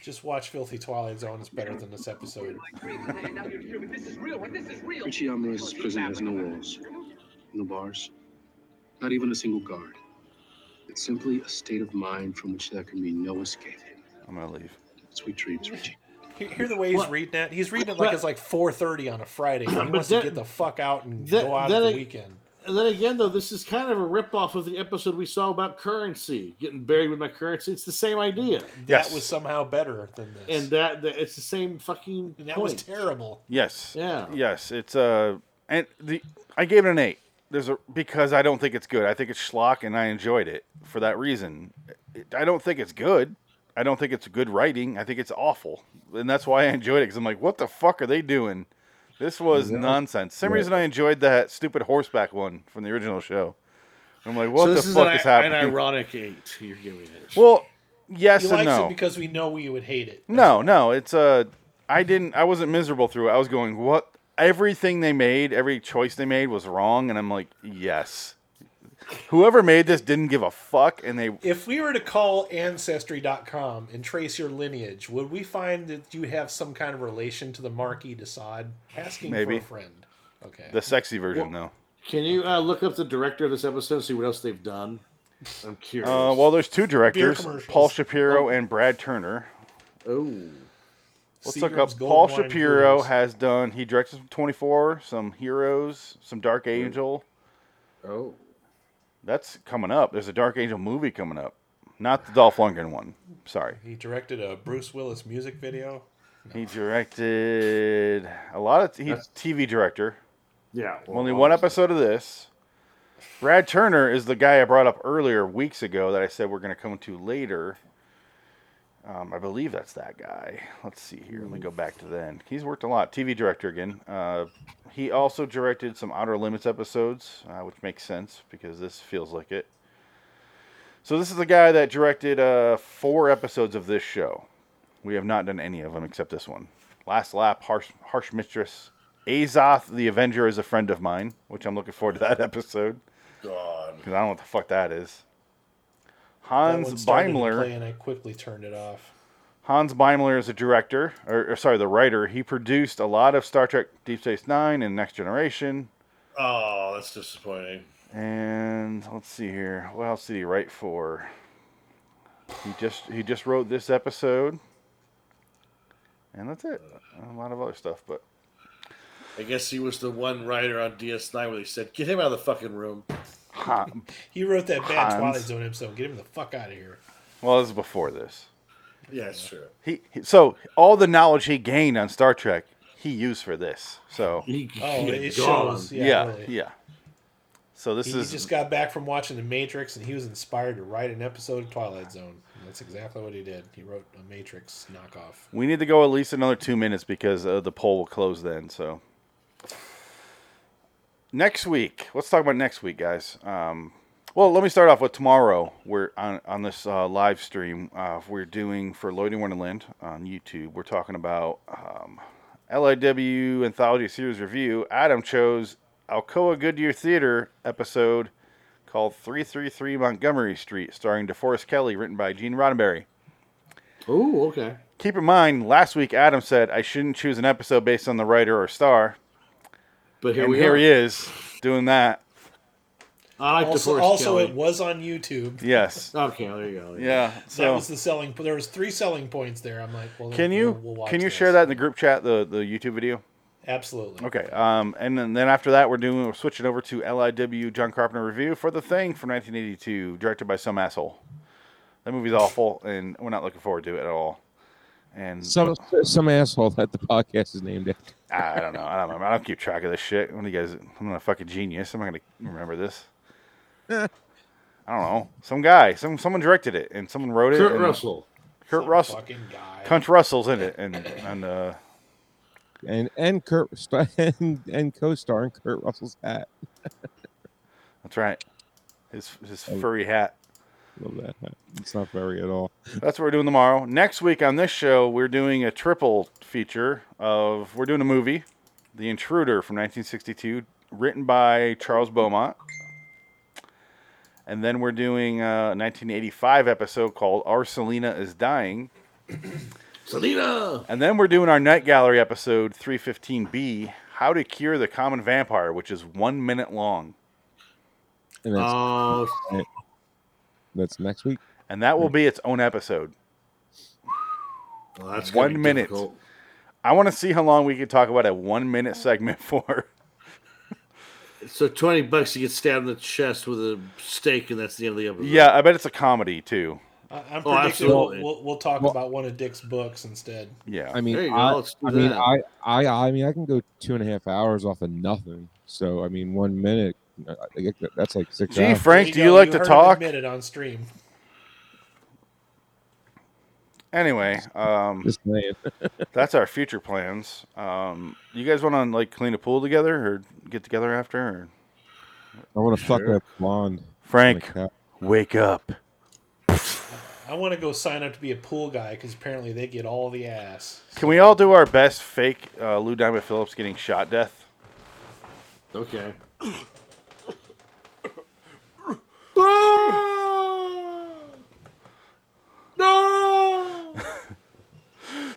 F: Just watch Filthy Twilight Zone. It's better than this episode.
B: Richie Amara's prison has no walls, no bars, not even a single guard. It's simply a state of mind from which there can be no escape.
A: I'm gonna leave.
B: Sweet dreams, Richie.
F: Hear- Hear the way he's
E: What?
F: reading it. He's reading it like
E: But-
F: it's like 4:30 on a Friday. He
E: But
F: wants to
E: that-
F: get the fuck out and
E: that-
F: go out
E: that
F: at the
E: I-
F: weekend.
E: And then again, though, this is kind of a ripoff of the episode we saw about currency getting buried with my currency. It's the same idea,
A: Yes.
F: That was somehow better than this.
E: and that, that it's the same fucking
F: And that was
E: point.
F: terrible.
A: Yes.
E: Yeah.
A: Yes. It's uh, and the I gave it an eight. There's a because I don't think it's good. I think it's schlock, and I enjoyed it for that reason. It- I don't think it's good. I don't think it's good writing. I think it's awful, and that's why I enjoyed it. Because I'm like, what the fuck are they doing? This was nonsense. Same reason I enjoyed that stupid horseback one from the original show. I'm like, what
E: so
A: the
E: this
A: fuck
E: is,
A: is
E: an, i- an
A: happening?
E: ironic eight. You're giving it.
A: well, yes
F: He
A: and
F: likes
A: no.
F: it because we know we would hate it.
A: No, no, it's uh, I didn't. I wasn't miserable through it. I was going, what? Everything they made, every choice they made was wrong, and I'm like, yes. Whoever made this didn't give a fuck, and they
F: If we were to call ancestry.com and trace your lineage, would we find that you have some kind of relation to the Marquis de Sade? Asking
A: Maybe.
F: for a friend. Okay.
A: the sexy version though.
E: Can you uh, look up the director of this episode? See what else they've done. I'm curious.
A: Uh, well, there's two directors,
F: commercials.
A: Paul Shapiro and Brad Turner.
E: oh,
A: Let's
F: Seagram's
A: look up.
F: Gold
A: Paul
F: Wine
A: Shapiro
F: Coolers.
A: has done. He directed some 24, some Heroes, some Dark Angel.
E: oh,
A: That's coming up. There's a Dark Angel movie coming up, not the Dolph Lundgren one. Sorry.
F: He directed a Bruce Willis music video.
A: He directed a lot of. He's
E: That's-
A: TV director.
E: yeah. well,
A: Only one
E: obviously.
A: episode of this. Brad Turner is the guy I brought up earlier weeks ago that I said we're going to come to later. Um, I believe that's that guy. Let's see here. Let me go back to then. He's worked a lot. TV director again. Uh, he also directed some Outer Limits episodes, uh, which makes sense because this feels like it. So this is the guy that directed uh, four episodes of this show. We have not done any of them except this one. Last Lap, Harsh, Harsh Mistress, Azoth the Avenger is a friend of mine, which I'm looking forward to that episode
K: God.
A: because I don't know what the fuck that is.
F: That
A: Hans
F: one started to
A: Beimler.
F: play and I quickly turned it off.
A: Hans Beimler is a director, or, or sorry, the writer. He produced a lot of Star Trek Deep Space Nine and Next Generation.
K: Oh, that's disappointing.
A: And let's see here. What else did he write for? He just he just wrote this episode. And that's it. A lot of other stuff, but
K: I guess he was the one writer on DS9 where they said, "Get him out of the fucking room."
A: Ha-
F: He wrote that bad
A: Hans.
F: Twilight Zone episode. Get him the fuck out of here.
A: well, this is before this.
K: Yeah, it's true.
A: He, he so all the knowledge he gained on Star Trek, he used for this. So
E: He,
F: Oh, it
E: gone.
F: shows. Yeah,
A: yeah, yeah.
F: really.
A: So this
F: He
A: is
F: just got back from watching The Matrix, and he was inspired to write an episode of Twilight Zone. And that's exactly what he did. He wrote a Matrix knockoff.
A: We need to go at least another two minutes because uh, the poll will close then. So next week, let's talk about next week, guys. Um, well, let me start off with tomorrow. We're on on this uh, live stream. Uh, we're doing for Lloyd and Wonderland on YouTube. We're talking about um, LIW Anthology Series Review. Adam chose Alcoa Goodyear Theater episode called 333 Montgomery Street, starring DeForest Kelly, written by Gene Roddenberry.
E: Oh, okay.
A: Keep in mind, last week Adam said I shouldn't choose an episode based on the writer or star,
E: But here
A: and
E: we
A: here
E: are.
A: he is doing that.
E: I like
F: Also,
E: DeForest
F: also
E: Kelly.
F: it was on YouTube.
A: Yes,
E: Okay, there you go.
A: yeah.
F: that
A: So
F: was the selling. There was three selling points there. I'm like, well,
A: can
F: we'll-
A: you
F: we'll watch
A: can you
F: this.
A: share that in the group chat the the YouTube video?
F: Absolutely.
A: Okay. Um, and then, then after that, we're doing we're switching over to LIW John Carpenter review for The Thing from 1982, directed by some asshole. That movie's awful, and we're not looking forward to it at all. And
G: some some asshole that the podcast is named after.
A: I don't know. I don't remember. I don't keep track of this shit. When you guys, I'm not a fucking genius. I'm not gonna remember this. I don't know. Some guy, some someone directed it, and someone wrote it.
E: Kurt
A: and-
E: Russell.
A: Kurt
F: Some
A: Russell.
F: fucking guy.
A: Cunt Russell's in it, and and uh,
G: And and Kurt st- and, and co-starring Kurt Russell's hat.
A: that's right. His his furry hat.
G: Love that hat. It's not very at all.
A: That's what we're doing tomorrow. Next week on this show, we're doing a triple feature of we're doing a movie, The Intruder from 1962, written by Charles Beaumont. And then we're doing a 1985 episode called Our Selena is Dying.
E: Selena.
A: And then we're doing our Night Gallery episode 315B How to Cure the Common Vampire, which is one minute long.
G: And that's,
E: Oh,
G: that's next week.
A: And that will be its own episode.
E: well, that's
A: One
E: gonna be
A: minute.
E: difficult.
A: I want to see how long we can talk about a one minute segment for.
E: So twenty bucks, you get stabbed in the chest with a stake, and that's the end of the episode.
A: yeah, I bet it's a comedy too.
F: I- I'm
E: Oh,
F: predicting we'll,
E: absolutely.
F: we'll, we'll talk about one of Dick's books instead.
A: Yeah.
G: I mean,
E: There you go,
G: I,
E: let's do
G: I mean,
E: that.
G: I, I, I mean, I can go two and a half hours off of nothing. So I mean, one minute, I- I get that- that's like six
A: Gee,
G: hours.
A: Frank, do
F: There
A: you
F: go,
A: like to
F: heard him
A: talk?
F: Admit it on stream.
A: Anyway, um,
G: Just saying.
A: that's our future plans. Um, you guys want to like clean a pool together or get together after? Or...
G: I want to fuck
A: Sure.
G: up blonde.
A: Frank,
G: Like that.
A: wake up.
F: I want to go sign up to be a pool guy because apparently they get all the ass.
A: Can we all do our best fake uh, Lou Diamond Phillips getting shot death?
E: Okay. Ah!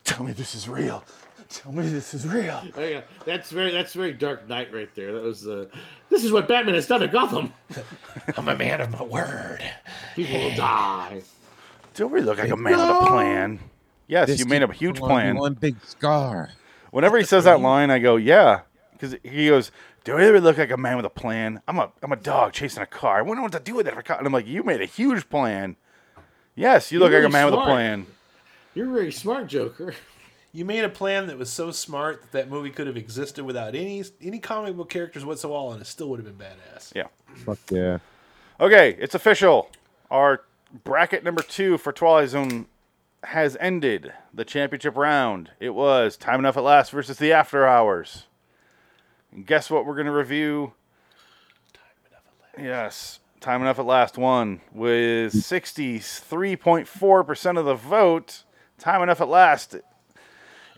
A: Tell me this is real. Tell me this is real.
E: Oh, yeah. That's very that's very dark night right there. That was uh, this is what Batman has done to Gotham.
F: I'm a man of my word.
E: People will die.
A: Do we look like a man with a plan? Yes,
G: This
A: you made
G: kid
A: a huge
G: belongs in
A: plan.
G: One big scar.
A: Whenever he says that line, I go, yeah. Because he goes, do I really look like a man with a plan? I'm a, I'm a dog chasing a car. I wonder what to do with that car. And I'm like, you made a huge plan. Yes, you look
E: You're
A: like a
E: really
A: man with a
E: smart.
A: plan.
E: You're very smart, Joker.
F: You made a plan that was so smart that that movie could have existed without any any comic book characters whatsoever, and it still would have been badass.
A: Yeah.
G: Fuck yeah.
A: Okay, it's official. Our bracket number two for Twilight Zone has ended the championship round. It was Time Enough at Last versus the After Hours. And guess what we're going to review? Time Enough at Last. Yes, Time Enough at Last won with 63.4% of the vote. Time Enough at Last. It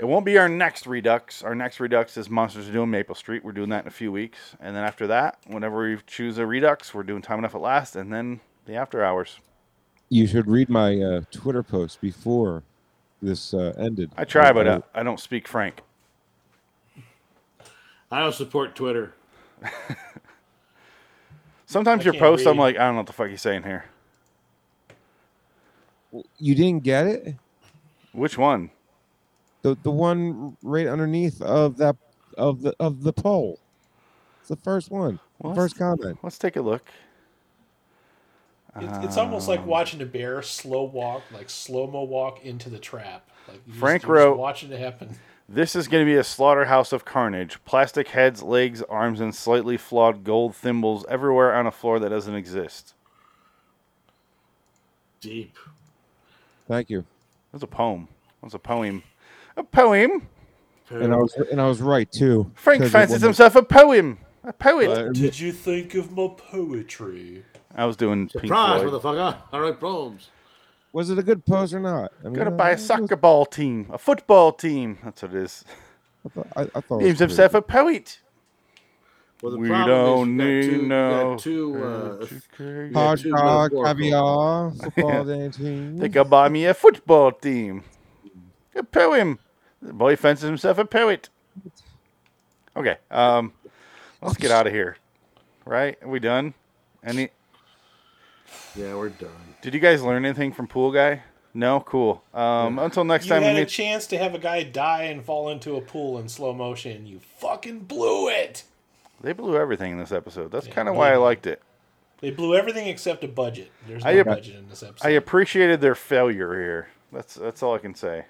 A: won't be our next Redux. Our next Redux is Monsters Are Doing Maple Street. We're doing that in a few weeks. And then after that, whenever we choose a Redux, we're doing Time Enough at Last and then the After Hours.
G: You should read my uh, Twitter post before this uh, ended.
A: I try, but uh, I don't speak Frank.
E: I don't support Twitter.
A: Sometimes
F: I
A: your
F: can't
A: post, I'm
F: read.
A: like, I don't know what the fuck he's saying here.
G: you didn't get it.
A: Which one?
G: The the one right underneath of that of the of the poll. It's the first one.
A: What?
G: The first comment.
A: Let's take a look.
F: It's, it's almost
A: Um.
F: like watching a bear slow walk, like slow mo walk into the trap. Like you just-
A: Frank
F: you're just
A: wrote-
F: watching it happen.
A: This is going to be a slaughterhouse of carnage. Plastic heads, legs, arms, and slightly flawed gold thimbles everywhere on a floor that doesn't exist.
E: Deep.
G: Thank you.
A: That's a poem. That's a poem. A poem?
G: And I was and I was right too.
A: Frank
G: 'cause it
A: fancies
G: wasn't-
A: himself a poem. A poet.
G: uh,
F: Did you think of my poetry?
A: I was doing Pink
E: Surprise,
A: Floyd.
E: motherfucker. ah, All right, problems.
G: was it a good post or not? I mean,
A: Gonna
G: I-
A: buy
G: I
A: a
G: thought-
A: soccer ball team, a football team. That's what it is.
G: I thought, I, I thought it
A: Names
G: was pretty-
A: himself a poet.
E: Well, the
A: We
E: problem
A: don't
E: is
A: need
E: you
A: no
E: got two, you got two uh,
A: They
E: Yeah,
G: hot
E: two
G: dog,
E: metaphorical.
G: caviar, football dancing.
A: could buy me a football team. A poem. The boy fancies himself a poet. Okay. Um, let's get out of here. Right? Are we done? Any?
E: Yeah, we're done.
A: Did you guys learn anything from Pool Guy? No. Cool. Um, until next
F: You
A: time. we
F: had a
A: meet-
F: chance to have a guy die and fall into a pool in slow motion. You fucking blew it.
A: they blew everything in this episode. That's kind of why I liked it.
F: They blew everything except a budget. There's no
A: I-
F: budget in this episode.
A: I appreciated their failure here. That's that's all I can say.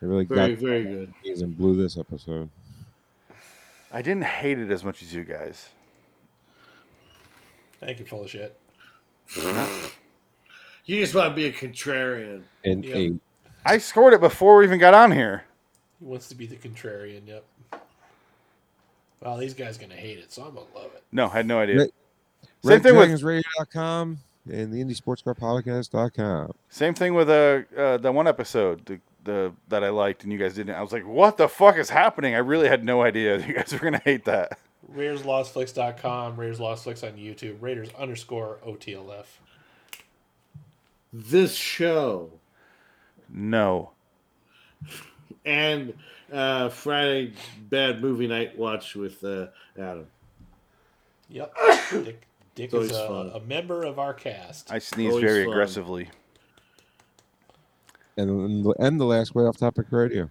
G: They really
E: Very,
G: got
E: very good.
G: and blew this episode.
A: I didn't hate it as much as you guys.
F: Thank you, full of shit.
E: You just want to be a contrarian.
G: And
F: Yeah. eight.
A: I scored it before we even got on here.
F: He wants to be the contrarian. Yep. Well, these guys gonna hate it, so I'm gonna love it.
A: No, I had no idea.
G: Red,
A: Same thing with
G: RedDragonsRadio.com and the Indie Sports Car Podcast.com.
A: same thing with uh, uh the one episode the, the that I liked and you guys didn't. I was like, what the fuck is happening? I really had no idea you guys were gonna hate that.
F: RaidersLostFlix.com, RaidersLostFlix on YouTube, Raiders underscore OTLF.
E: This show
A: No,
E: and uh, Friday bad movie night watch with uh, Adam.
F: Yep. Dick, Dick is
E: It's always
F: a,
E: fun.
F: a member of our cast.
A: I sneezed
E: Always
A: very
E: fun.
A: aggressively.
G: And, and the- and the last way off topic radio.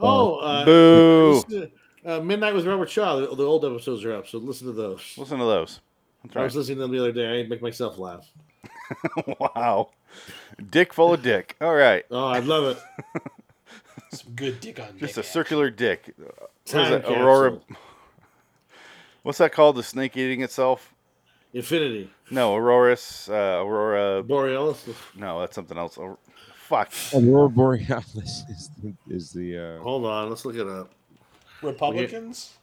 E: Oh, uh,
A: Boo.
E: listen to, uh, Midnight with Robert Shaw. The, the old episodes are up, so listen to those.
A: Listen to those. That's
E: I was
A: right.
E: listening to them the other day. I didn't make myself laugh.
A: wow, dick full of dick. All right,
E: Oh, I love it.
F: Some good dick on
A: just
F: dick
A: a circular dick. What is
E: Time
A: that? Aurora.
E: capsule.
A: What's that called? The snake eating itself?
E: Infinity.
A: No, Auroras. Uh, Aurora.
E: Borealis.
A: No, that's something else. Aur- Fuck.
G: Aurora Borealis is the, is the
E: Hold on. Let's look it up.
F: Republicans?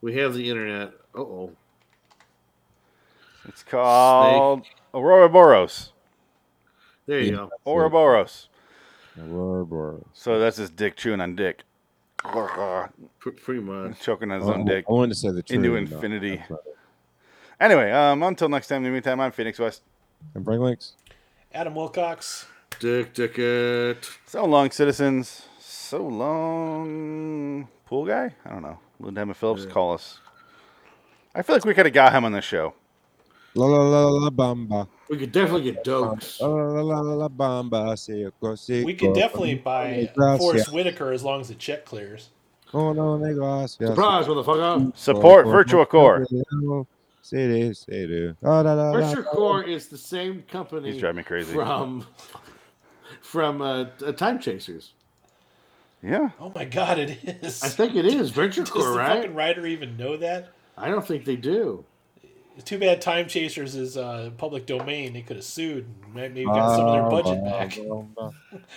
E: We have the internet. Uh oh.
A: It's called Aurora Boros.
E: There you
G: Yeah.
E: go.
A: Ouroboros.
G: uh, Aurora Borealis.
A: So that's just dick chewing on dick,
E: Pr- pretty much.
A: choking on his
G: I,
E: Oh.
A: own dick.
G: I wanted to say the truth.
A: Into
G: but no,
A: infinity.
G: that's not it.
A: Anyway, um, until next time. In the meantime, I'm Phoenix West.
G: And Frank Links.
F: Adam Wilcox.
E: Dick ticket.
A: So long, citizens. So long, pool guy. I don't know. Linda Emma Phillips, call us. I feel like we could have got him on the show.
G: La la la la bamba.
E: We could definitely get dokes.
G: La la la la la bamba. Seco, seco.
F: We can
E: um,
F: definitely buy
G: Gracias.
F: Forrest Whitaker as long as the check clears.
G: Con un negocio.
E: Surprise, motherfucker.
A: Support Virtual Core.
G: City, city. La, la, la, la.
E: Mercer Core is the same company.
A: He's driving me crazy.
E: From from uh, t- Time Chasers.
A: Yeah.
F: Oh my god, it is.
E: I think it is Venture
F: Does
E: Core,
F: the
E: right?
F: fucking writer even know that?
E: I don't think they do.
F: It's too bad Time Chasers is uh, public domain. They could have sued and may- maybe got some of
G: Um,
F: their budget back.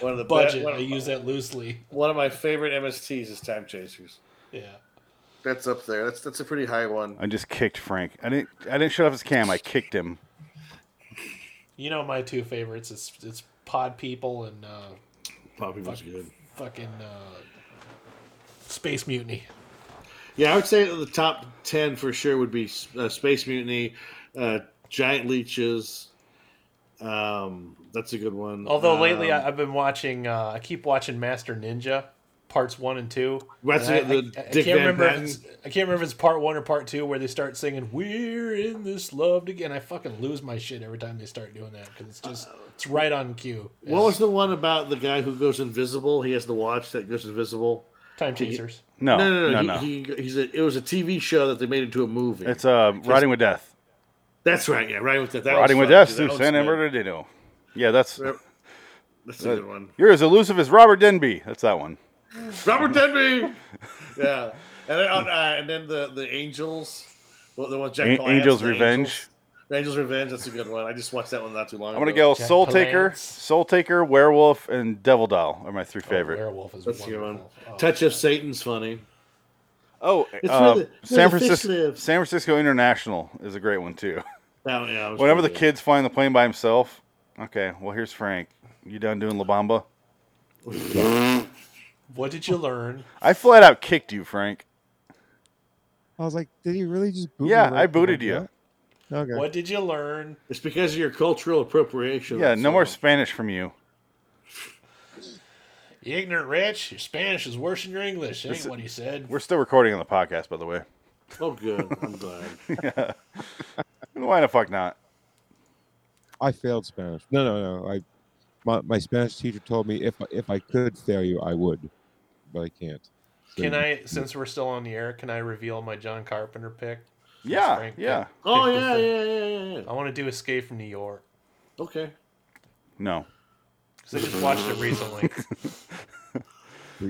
K: One of the
F: Budget,
K: Be- one,
F: I
K: of,
F: use that loosely.
K: one of my favorite MSTs is Time Chasers.
F: Yeah.
E: That's up there. That's that's a pretty high one.
A: I just kicked Frank. I didn't. I didn't shut off his cam. I kicked him.
F: You know my two favorites. It's, it's Pod People and uh,
E: Probably was good.
F: fucking uh, Space Mutiny.
E: Yeah, I would say that the top ten for sure would be uh, Space Mutiny, uh, Giant Leeches. Um, that's a good one.
F: Although
E: Um,
F: lately I, I've been watching, uh, I keep watching Master Ninja parts one and two.
E: That's
F: And I,
E: it, the
F: I- I
E: Dick
F: can't
E: Van
F: remember. If
E: Patten.
F: it's, I can't remember if it's part one or part two where they start singing "We're in this love again." I fucking lose my shit every time they start doing that because it's just it's right on cue.
E: what was the one about the guy who goes invisible? He has the watch that goes invisible.
F: Time Chasers?
A: No.
E: no, no, no.
A: No.
E: he,
A: No.
E: He, he's a, it was a TV show that they made into a movie.
A: it's uh, riding with death.
E: that's right. Yeah, right with that. that
A: Riding
E: was
A: with
E: fun,
A: death
E: too.
A: through
E: That
A: San
E: was good.
A: Bernardino. Yeah, that's
E: Yep. That's a good one.
A: you're as elusive as Robert Denby. That's that one.
E: Robert Denby. yeah, and then, uh, and then the the Angels. Well, the one Jack
A: An-
E: Palance,
A: Angels
E: the
A: Revenge.
E: Angels. The Angels Revenge. That's a good one. I just watched that one not too long.
A: I'm gonna
E: ago.
A: go Soul Taker,
F: Palance.
A: Soul Taker, Werewolf, and Devil Doll are my
E: Oh,
A: three favorite.
F: Werewolf is
E: That's a good one.
F: wonderful. Oh,
E: Touch of Satan's funny.
A: Oh,
E: It's
A: uh,
E: where the- where
A: San
E: the fish
A: Francisco.
E: live.
A: San Francisco International is a great one too.
E: That one, yeah, it was
A: Whenever the
E: pretty
A: kids find the plane by himself, okay. Well, here's Frank. You done doing La Bamba?
F: What did you learn?
A: I flat out kicked you, Frank.
G: I was like, did he really just boot
A: Yeah,
G: me?
A: I booted you.
G: that? Okay.
F: What did you learn?
E: good. It's because of your cultural appropriation.
A: Yeah,
E: That's
A: no
E: all.
A: more Spanish from you.
F: You ignorant wretch! Your Spanish is worse than your English. Ain't what he said.
A: We're still recording on the podcast, by the way.
E: Oh, good. I'm glad.
A: Why the fuck not?
G: I failed Spanish. No, no, no. I my, my Spanish teacher told me if if I could fail you, I would, but I can't. So-
F: Can I, since we're still on the air, can I reveal my John Carpenter pick?
A: Yeah,
F: Frank
A: yeah.
F: picked-
E: Oh
F: picked
E: yeah,
F: the-
E: yeah, yeah, yeah, yeah.
F: I want to do Escape from New York
E: Okay.
A: No.
F: because I just watched it recently.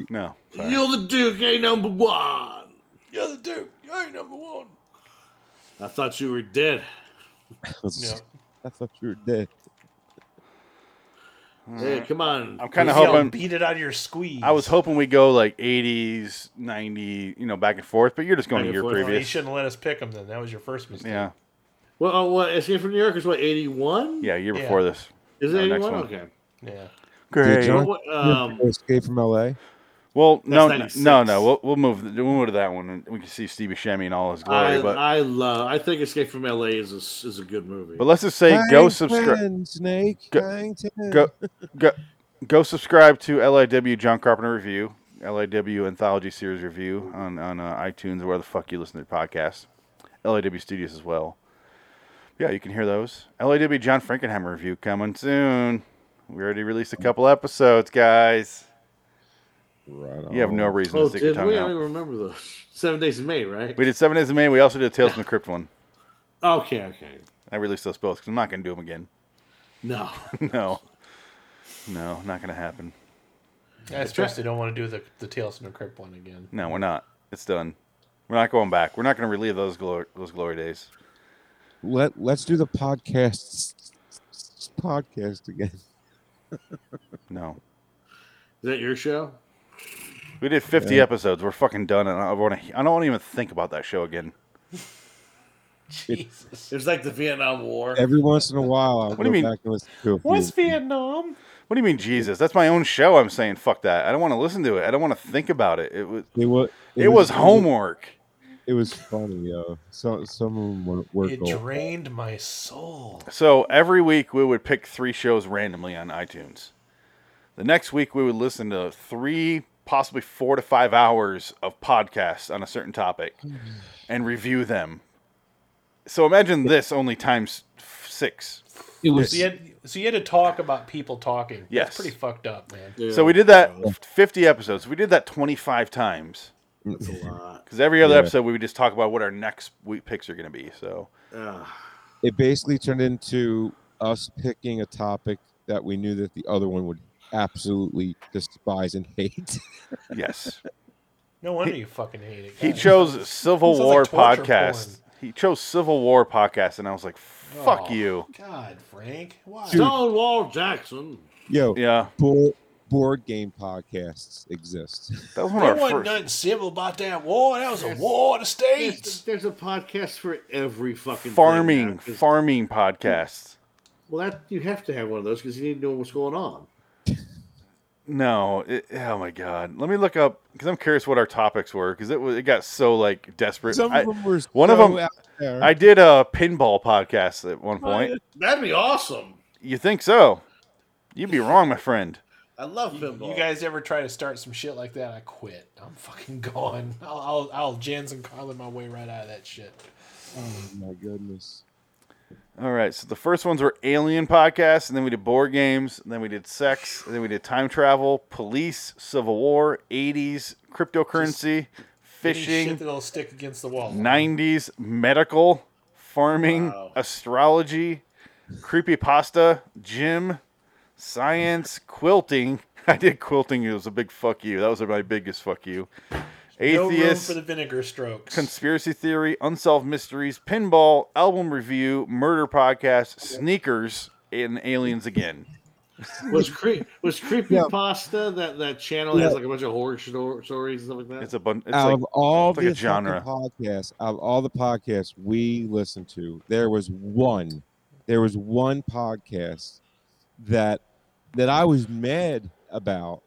A: No. sorry.
E: You're the Duke, ain't number one.
F: You're the Duke, you ain't number one.
E: I thought you were dead.
G: I thought you were dead.
E: Hey, come on.
A: Mm. I'm kind of
F: Easy, I'll
A: hoping
F: beat it out of your squeeze.
A: I was hoping we go like 80s, 90, you know, back and forth, but you're just going
E: Back
A: to your
E: and forth.
F: Well, you
A: previous.
F: shouldn't have let us pick them then. That was your first mistake.
A: Yeah.
E: Well, uh, what, Escape from New York is what, 81?
A: Yeah, year
F: Yeah.
A: before this.
E: Is
A: No,
E: it
A: next
E: 81?
A: one.
E: Okay.
F: Yeah.
A: Great.
G: Did John
E: What- um,
G: escape from L.A.?
A: Well, no, no,
E: 96.
A: no, no. We'll, we'll move. We'll move to that one. and We can see Stevie Buscemi in all his glory.
E: I,
A: but
E: I love. I think Escape from LA is a, is a good movie.
A: but let's just say go
G: Hang
A: subscribe.
G: ten, Snake.
A: Go-
G: hang ten.
A: Go, go, go subscribe to LIW John Carpenter review, LIW Anthology Series review on on uh, iTunes or where the fuck you listen to podcasts. LIW Studios as well. Yeah, you can hear those. LIW John Frankenheimer review coming soon. We already released a couple episodes, guys.
G: Right
A: You have no
G: on.
A: reason
E: oh,
A: to stick your
E: did we?
A: tongue
E: I don't even
A: out.
E: remember those. Seven Days of May, right?
A: We did Seven Days of May. We also did Tales from the Crypt one.
E: Okay, okay.
A: I released those both because I'm not going to do them again.
E: No.
A: no. No, not going to happen.
F: I especially don't want to do the, the Tales from the Crypt one again.
A: No, we're not. It's done. We're not going back. We're not going to relive those glory, those glory days.
G: Let Let's do the podcast podcast again.
A: No.
E: Is that your show?
A: We did 50
G: Yeah.
A: episodes. We're fucking done. And I, wanna, I don't want to even think about that show again.
F: Jesus.
E: It's like the Vietnam War.
G: Every once in a while, I'll
A: What do
G: go
A: you mean?
G: back and listen to a few.
F: What's Vietnam?
A: What do you mean, Jesus? That's my own show. I'm saying fuck that. I don't want to listen to it. I don't want to think about it. It was,
G: They wa-
A: it was homework.
G: It was funny, yo. So some of them were, were
F: It
G: gold.
F: drained my soul.
A: So every week we would pick three shows randomly on iTunes. The next week we would listen to three, possibly four to five hours of podcasts on a certain topic and review them. So imagine this only times f- six.
G: It was
F: So you, had, so you had to talk about people talking.
A: Yes.
F: That's pretty fucked up, man.
A: So we did that f- 50 episodes. We did that 25 times.
E: That's a lot.
A: Because every other
G: Yeah.
A: episode we would just talk about what our next week picks are going to be. So
E: Ah.
G: it basically turned into us picking a topic that we knew that the other one would absolutely despise and hate.
A: yes,
F: No wonder you fucking hate it.
A: he
F: God.
A: chose Civil
F: Sounds like
A: War
F: torture
A: podcast.
F: porn.
A: He chose Civil War podcast, and I was like, "Fuck
F: Oh,
A: you."
F: God, Frank. Why?
E: Stonewall Jackson.
G: Yo,
A: Yeah,
G: board, board game podcasts exist.
A: that was one
F: There
A: of
F: wasn't
A: our first.
F: nothing civil about that war. That was a war of the
E: There's,
F: states.
E: there's a podcast for every fucking thing now,
A: farming
E: 'cause-
A: farming podcasts.
E: well, that you have to have one of those because you need to know what's going on.
A: No, it, oh my god. Let me look up because I'm curious what our topics were because it was it got so like desperate.
G: Some
A: I,
G: of them were
A: one of
G: so
A: them-
G: out there.
A: I did a pinball podcast at one point.
E: That'd be awesome.
A: You think so? You'd be wrong, my friend.
E: I love
F: You,
E: pinball.
F: you guys ever try to start some shit like that? I quit. I'm fucking gone. I'll, I'll, I'll Jans and Carlin my way right out of that shit.
G: oh my goodness.
A: All right, so the first ones were alien podcasts, and then we did board games, and then we did sex, and then we did time travel, police, civil war, 80s, cryptocurrency,
F: Any
A: fishing,
F: shit that'll stick against the wall.
A: 90s, medical, farming,
E: Wow.
A: astrology, creepypasta, gym, science, quilting. I did quilting, it was a big fuck you. That was my biggest fuck you.
F: no room
A: Atheist,
F: for the vinegar strokes.
A: conspiracy theory, unsolved mysteries, pinball, album review, murder podcast, sneakers, and aliens again.
E: was cre- was creepy
G: Yeah.
E: pasta that that channel
G: Yeah.
E: has like a bunch of horror stor- stories and stuff like that.
A: It's a bun. It's
G: out
A: like
G: of all
A: it's
G: the
A: like a
G: fucking
A: genre.
G: podcasts, out of all the podcasts we listened to, there was one, there was one podcast that that I was mad about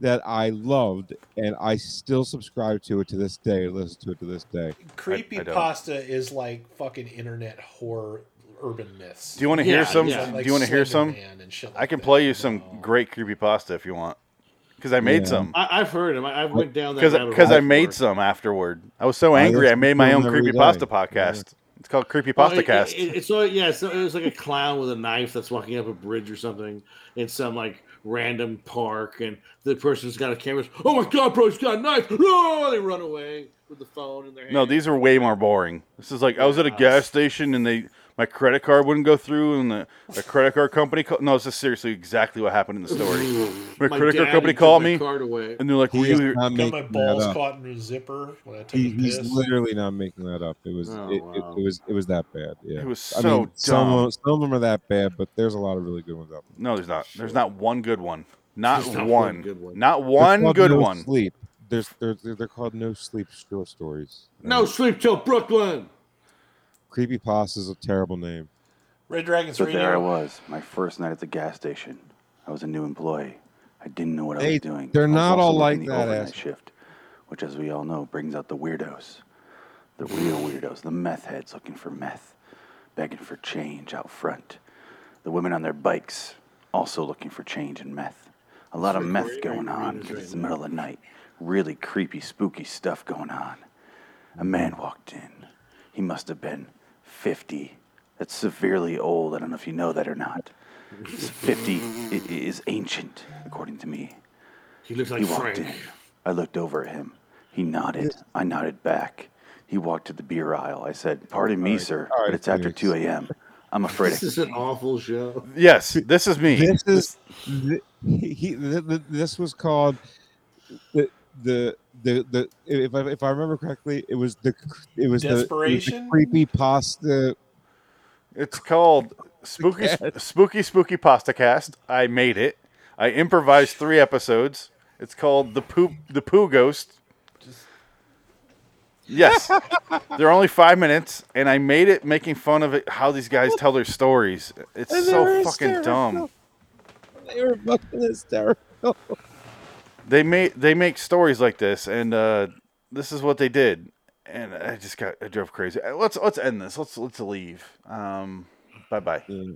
G: that I loved and I still subscribe to it to this day. Listen to it to this day.
F: Creepy
A: I don't.
F: pasta is like fucking internet horror urban myths.
A: do you want to hear
E: Yeah,
A: some?
E: yeah.
A: Do you want to hear some?
F: Slenderman and shit
A: I
F: like
A: can
F: that.
A: play you some
F: No.
A: great creepy pasta if you want, because I made
G: Yeah.
A: some.
E: I, I've heard him. I, I went down that
A: Because
E: rabbit
A: because I
E: hole
A: made
E: before.
A: some afterward. I was so
G: I
A: angry. I
G: listen
A: made
G: to
A: my
G: them
A: own
G: every
A: creepy
G: day.
A: pasta podcast. It's called creepy pasta
E: Well, it-
A: cast.
E: it- it's all, yeah, so it was like a clown with a knife that's walking up a bridge or something in some like random park, and the person's got a camera. Oh my god, bro, he's got a knife! No, they run away with the phone in their hand.
A: No, these are way more boring. This is like I was at a gas station and they my credit card wouldn't go through and the, the credit card company called. No, this is seriously exactly what happened in the story. My,
E: My
A: credit
E: daddy
A: card company
E: took
A: called
E: my
A: me
E: card away.
A: and they're like,
G: He
A: "Were
G: is
A: you?"
G: not
F: Got
G: making
F: my
G: that
F: balls
G: up.
F: caught in a zipper when I took
G: He,
F: a
G: he's
F: piss.
G: literally not making that up. It was
E: Oh,
G: it, it,
E: wow.
G: it was it was that bad. Yeah,
A: It was
G: I
A: so
G: mean, Some
A: dumb.
G: of, some of them are that bad, but there's a lot of really good ones out. there.
A: No, there's not. There's not one good one. Not,
E: There's not
A: one.
E: one good one.
A: Not
G: They're
A: one
G: called
A: good
G: No
A: one.
G: Sleep. There's they're, they're they're called no sleep short stories.
E: No sleep till Brooklyn.
G: Creepy Pasta is a terrible name.
F: Red Dragons
L: So there I
F: Radio.
L: was, my first night at the gas station. I was a new employee. I didn't know what I
G: Hey,
L: was doing.
G: they're
L: I was
G: not
L: also
G: all
L: working
G: like
L: the
G: that,
L: overnight
G: asshole.
L: shift, which, as we all know, brings out the weirdos, the real weirdos, the meth heads looking for meth, begging for change out front, the women on their bikes also looking for change and meth. A lot of meth going on because it's the middle of the night. Really creepy, spooky stuff going on. A man walked in. He must have been 50. That's severely old. I don't know if you know that or not. 50 i- i- is ancient, according to me.
E: He looks like
L: he walked
E: Frank.
L: in. I looked over at him. He nodded. I nodded back. He walked to the beer aisle. I said, Pardon me, sir, but it's after 2 a.m. I'm afraid
E: This
L: I
E: is an awful show.
A: Yes, this is me.
G: This is th- he, he, th- th- This was called the the the, the if, I, if I remember correctly, it was the it was the, it was the
F: Desperation?
G: creepy pasta.
A: It's called Spooky Spooky Spooky Pasta Cast. I made it. I improvised three episodes. It's called the Poo the Poo Ghost. Yes, they're only five minutes, and I made it making fun of it, how these guys tell their stories. It's
G: And they
A: so
G: were
A: fucking dumb.
G: hysterical. They were fucking hysterical.
A: They make they make stories like this, and uh, this is what they did. And I just got I drove crazy. Uh, Let's let's end this. Let's let's leave. Um, bye bye.
G: Yeah.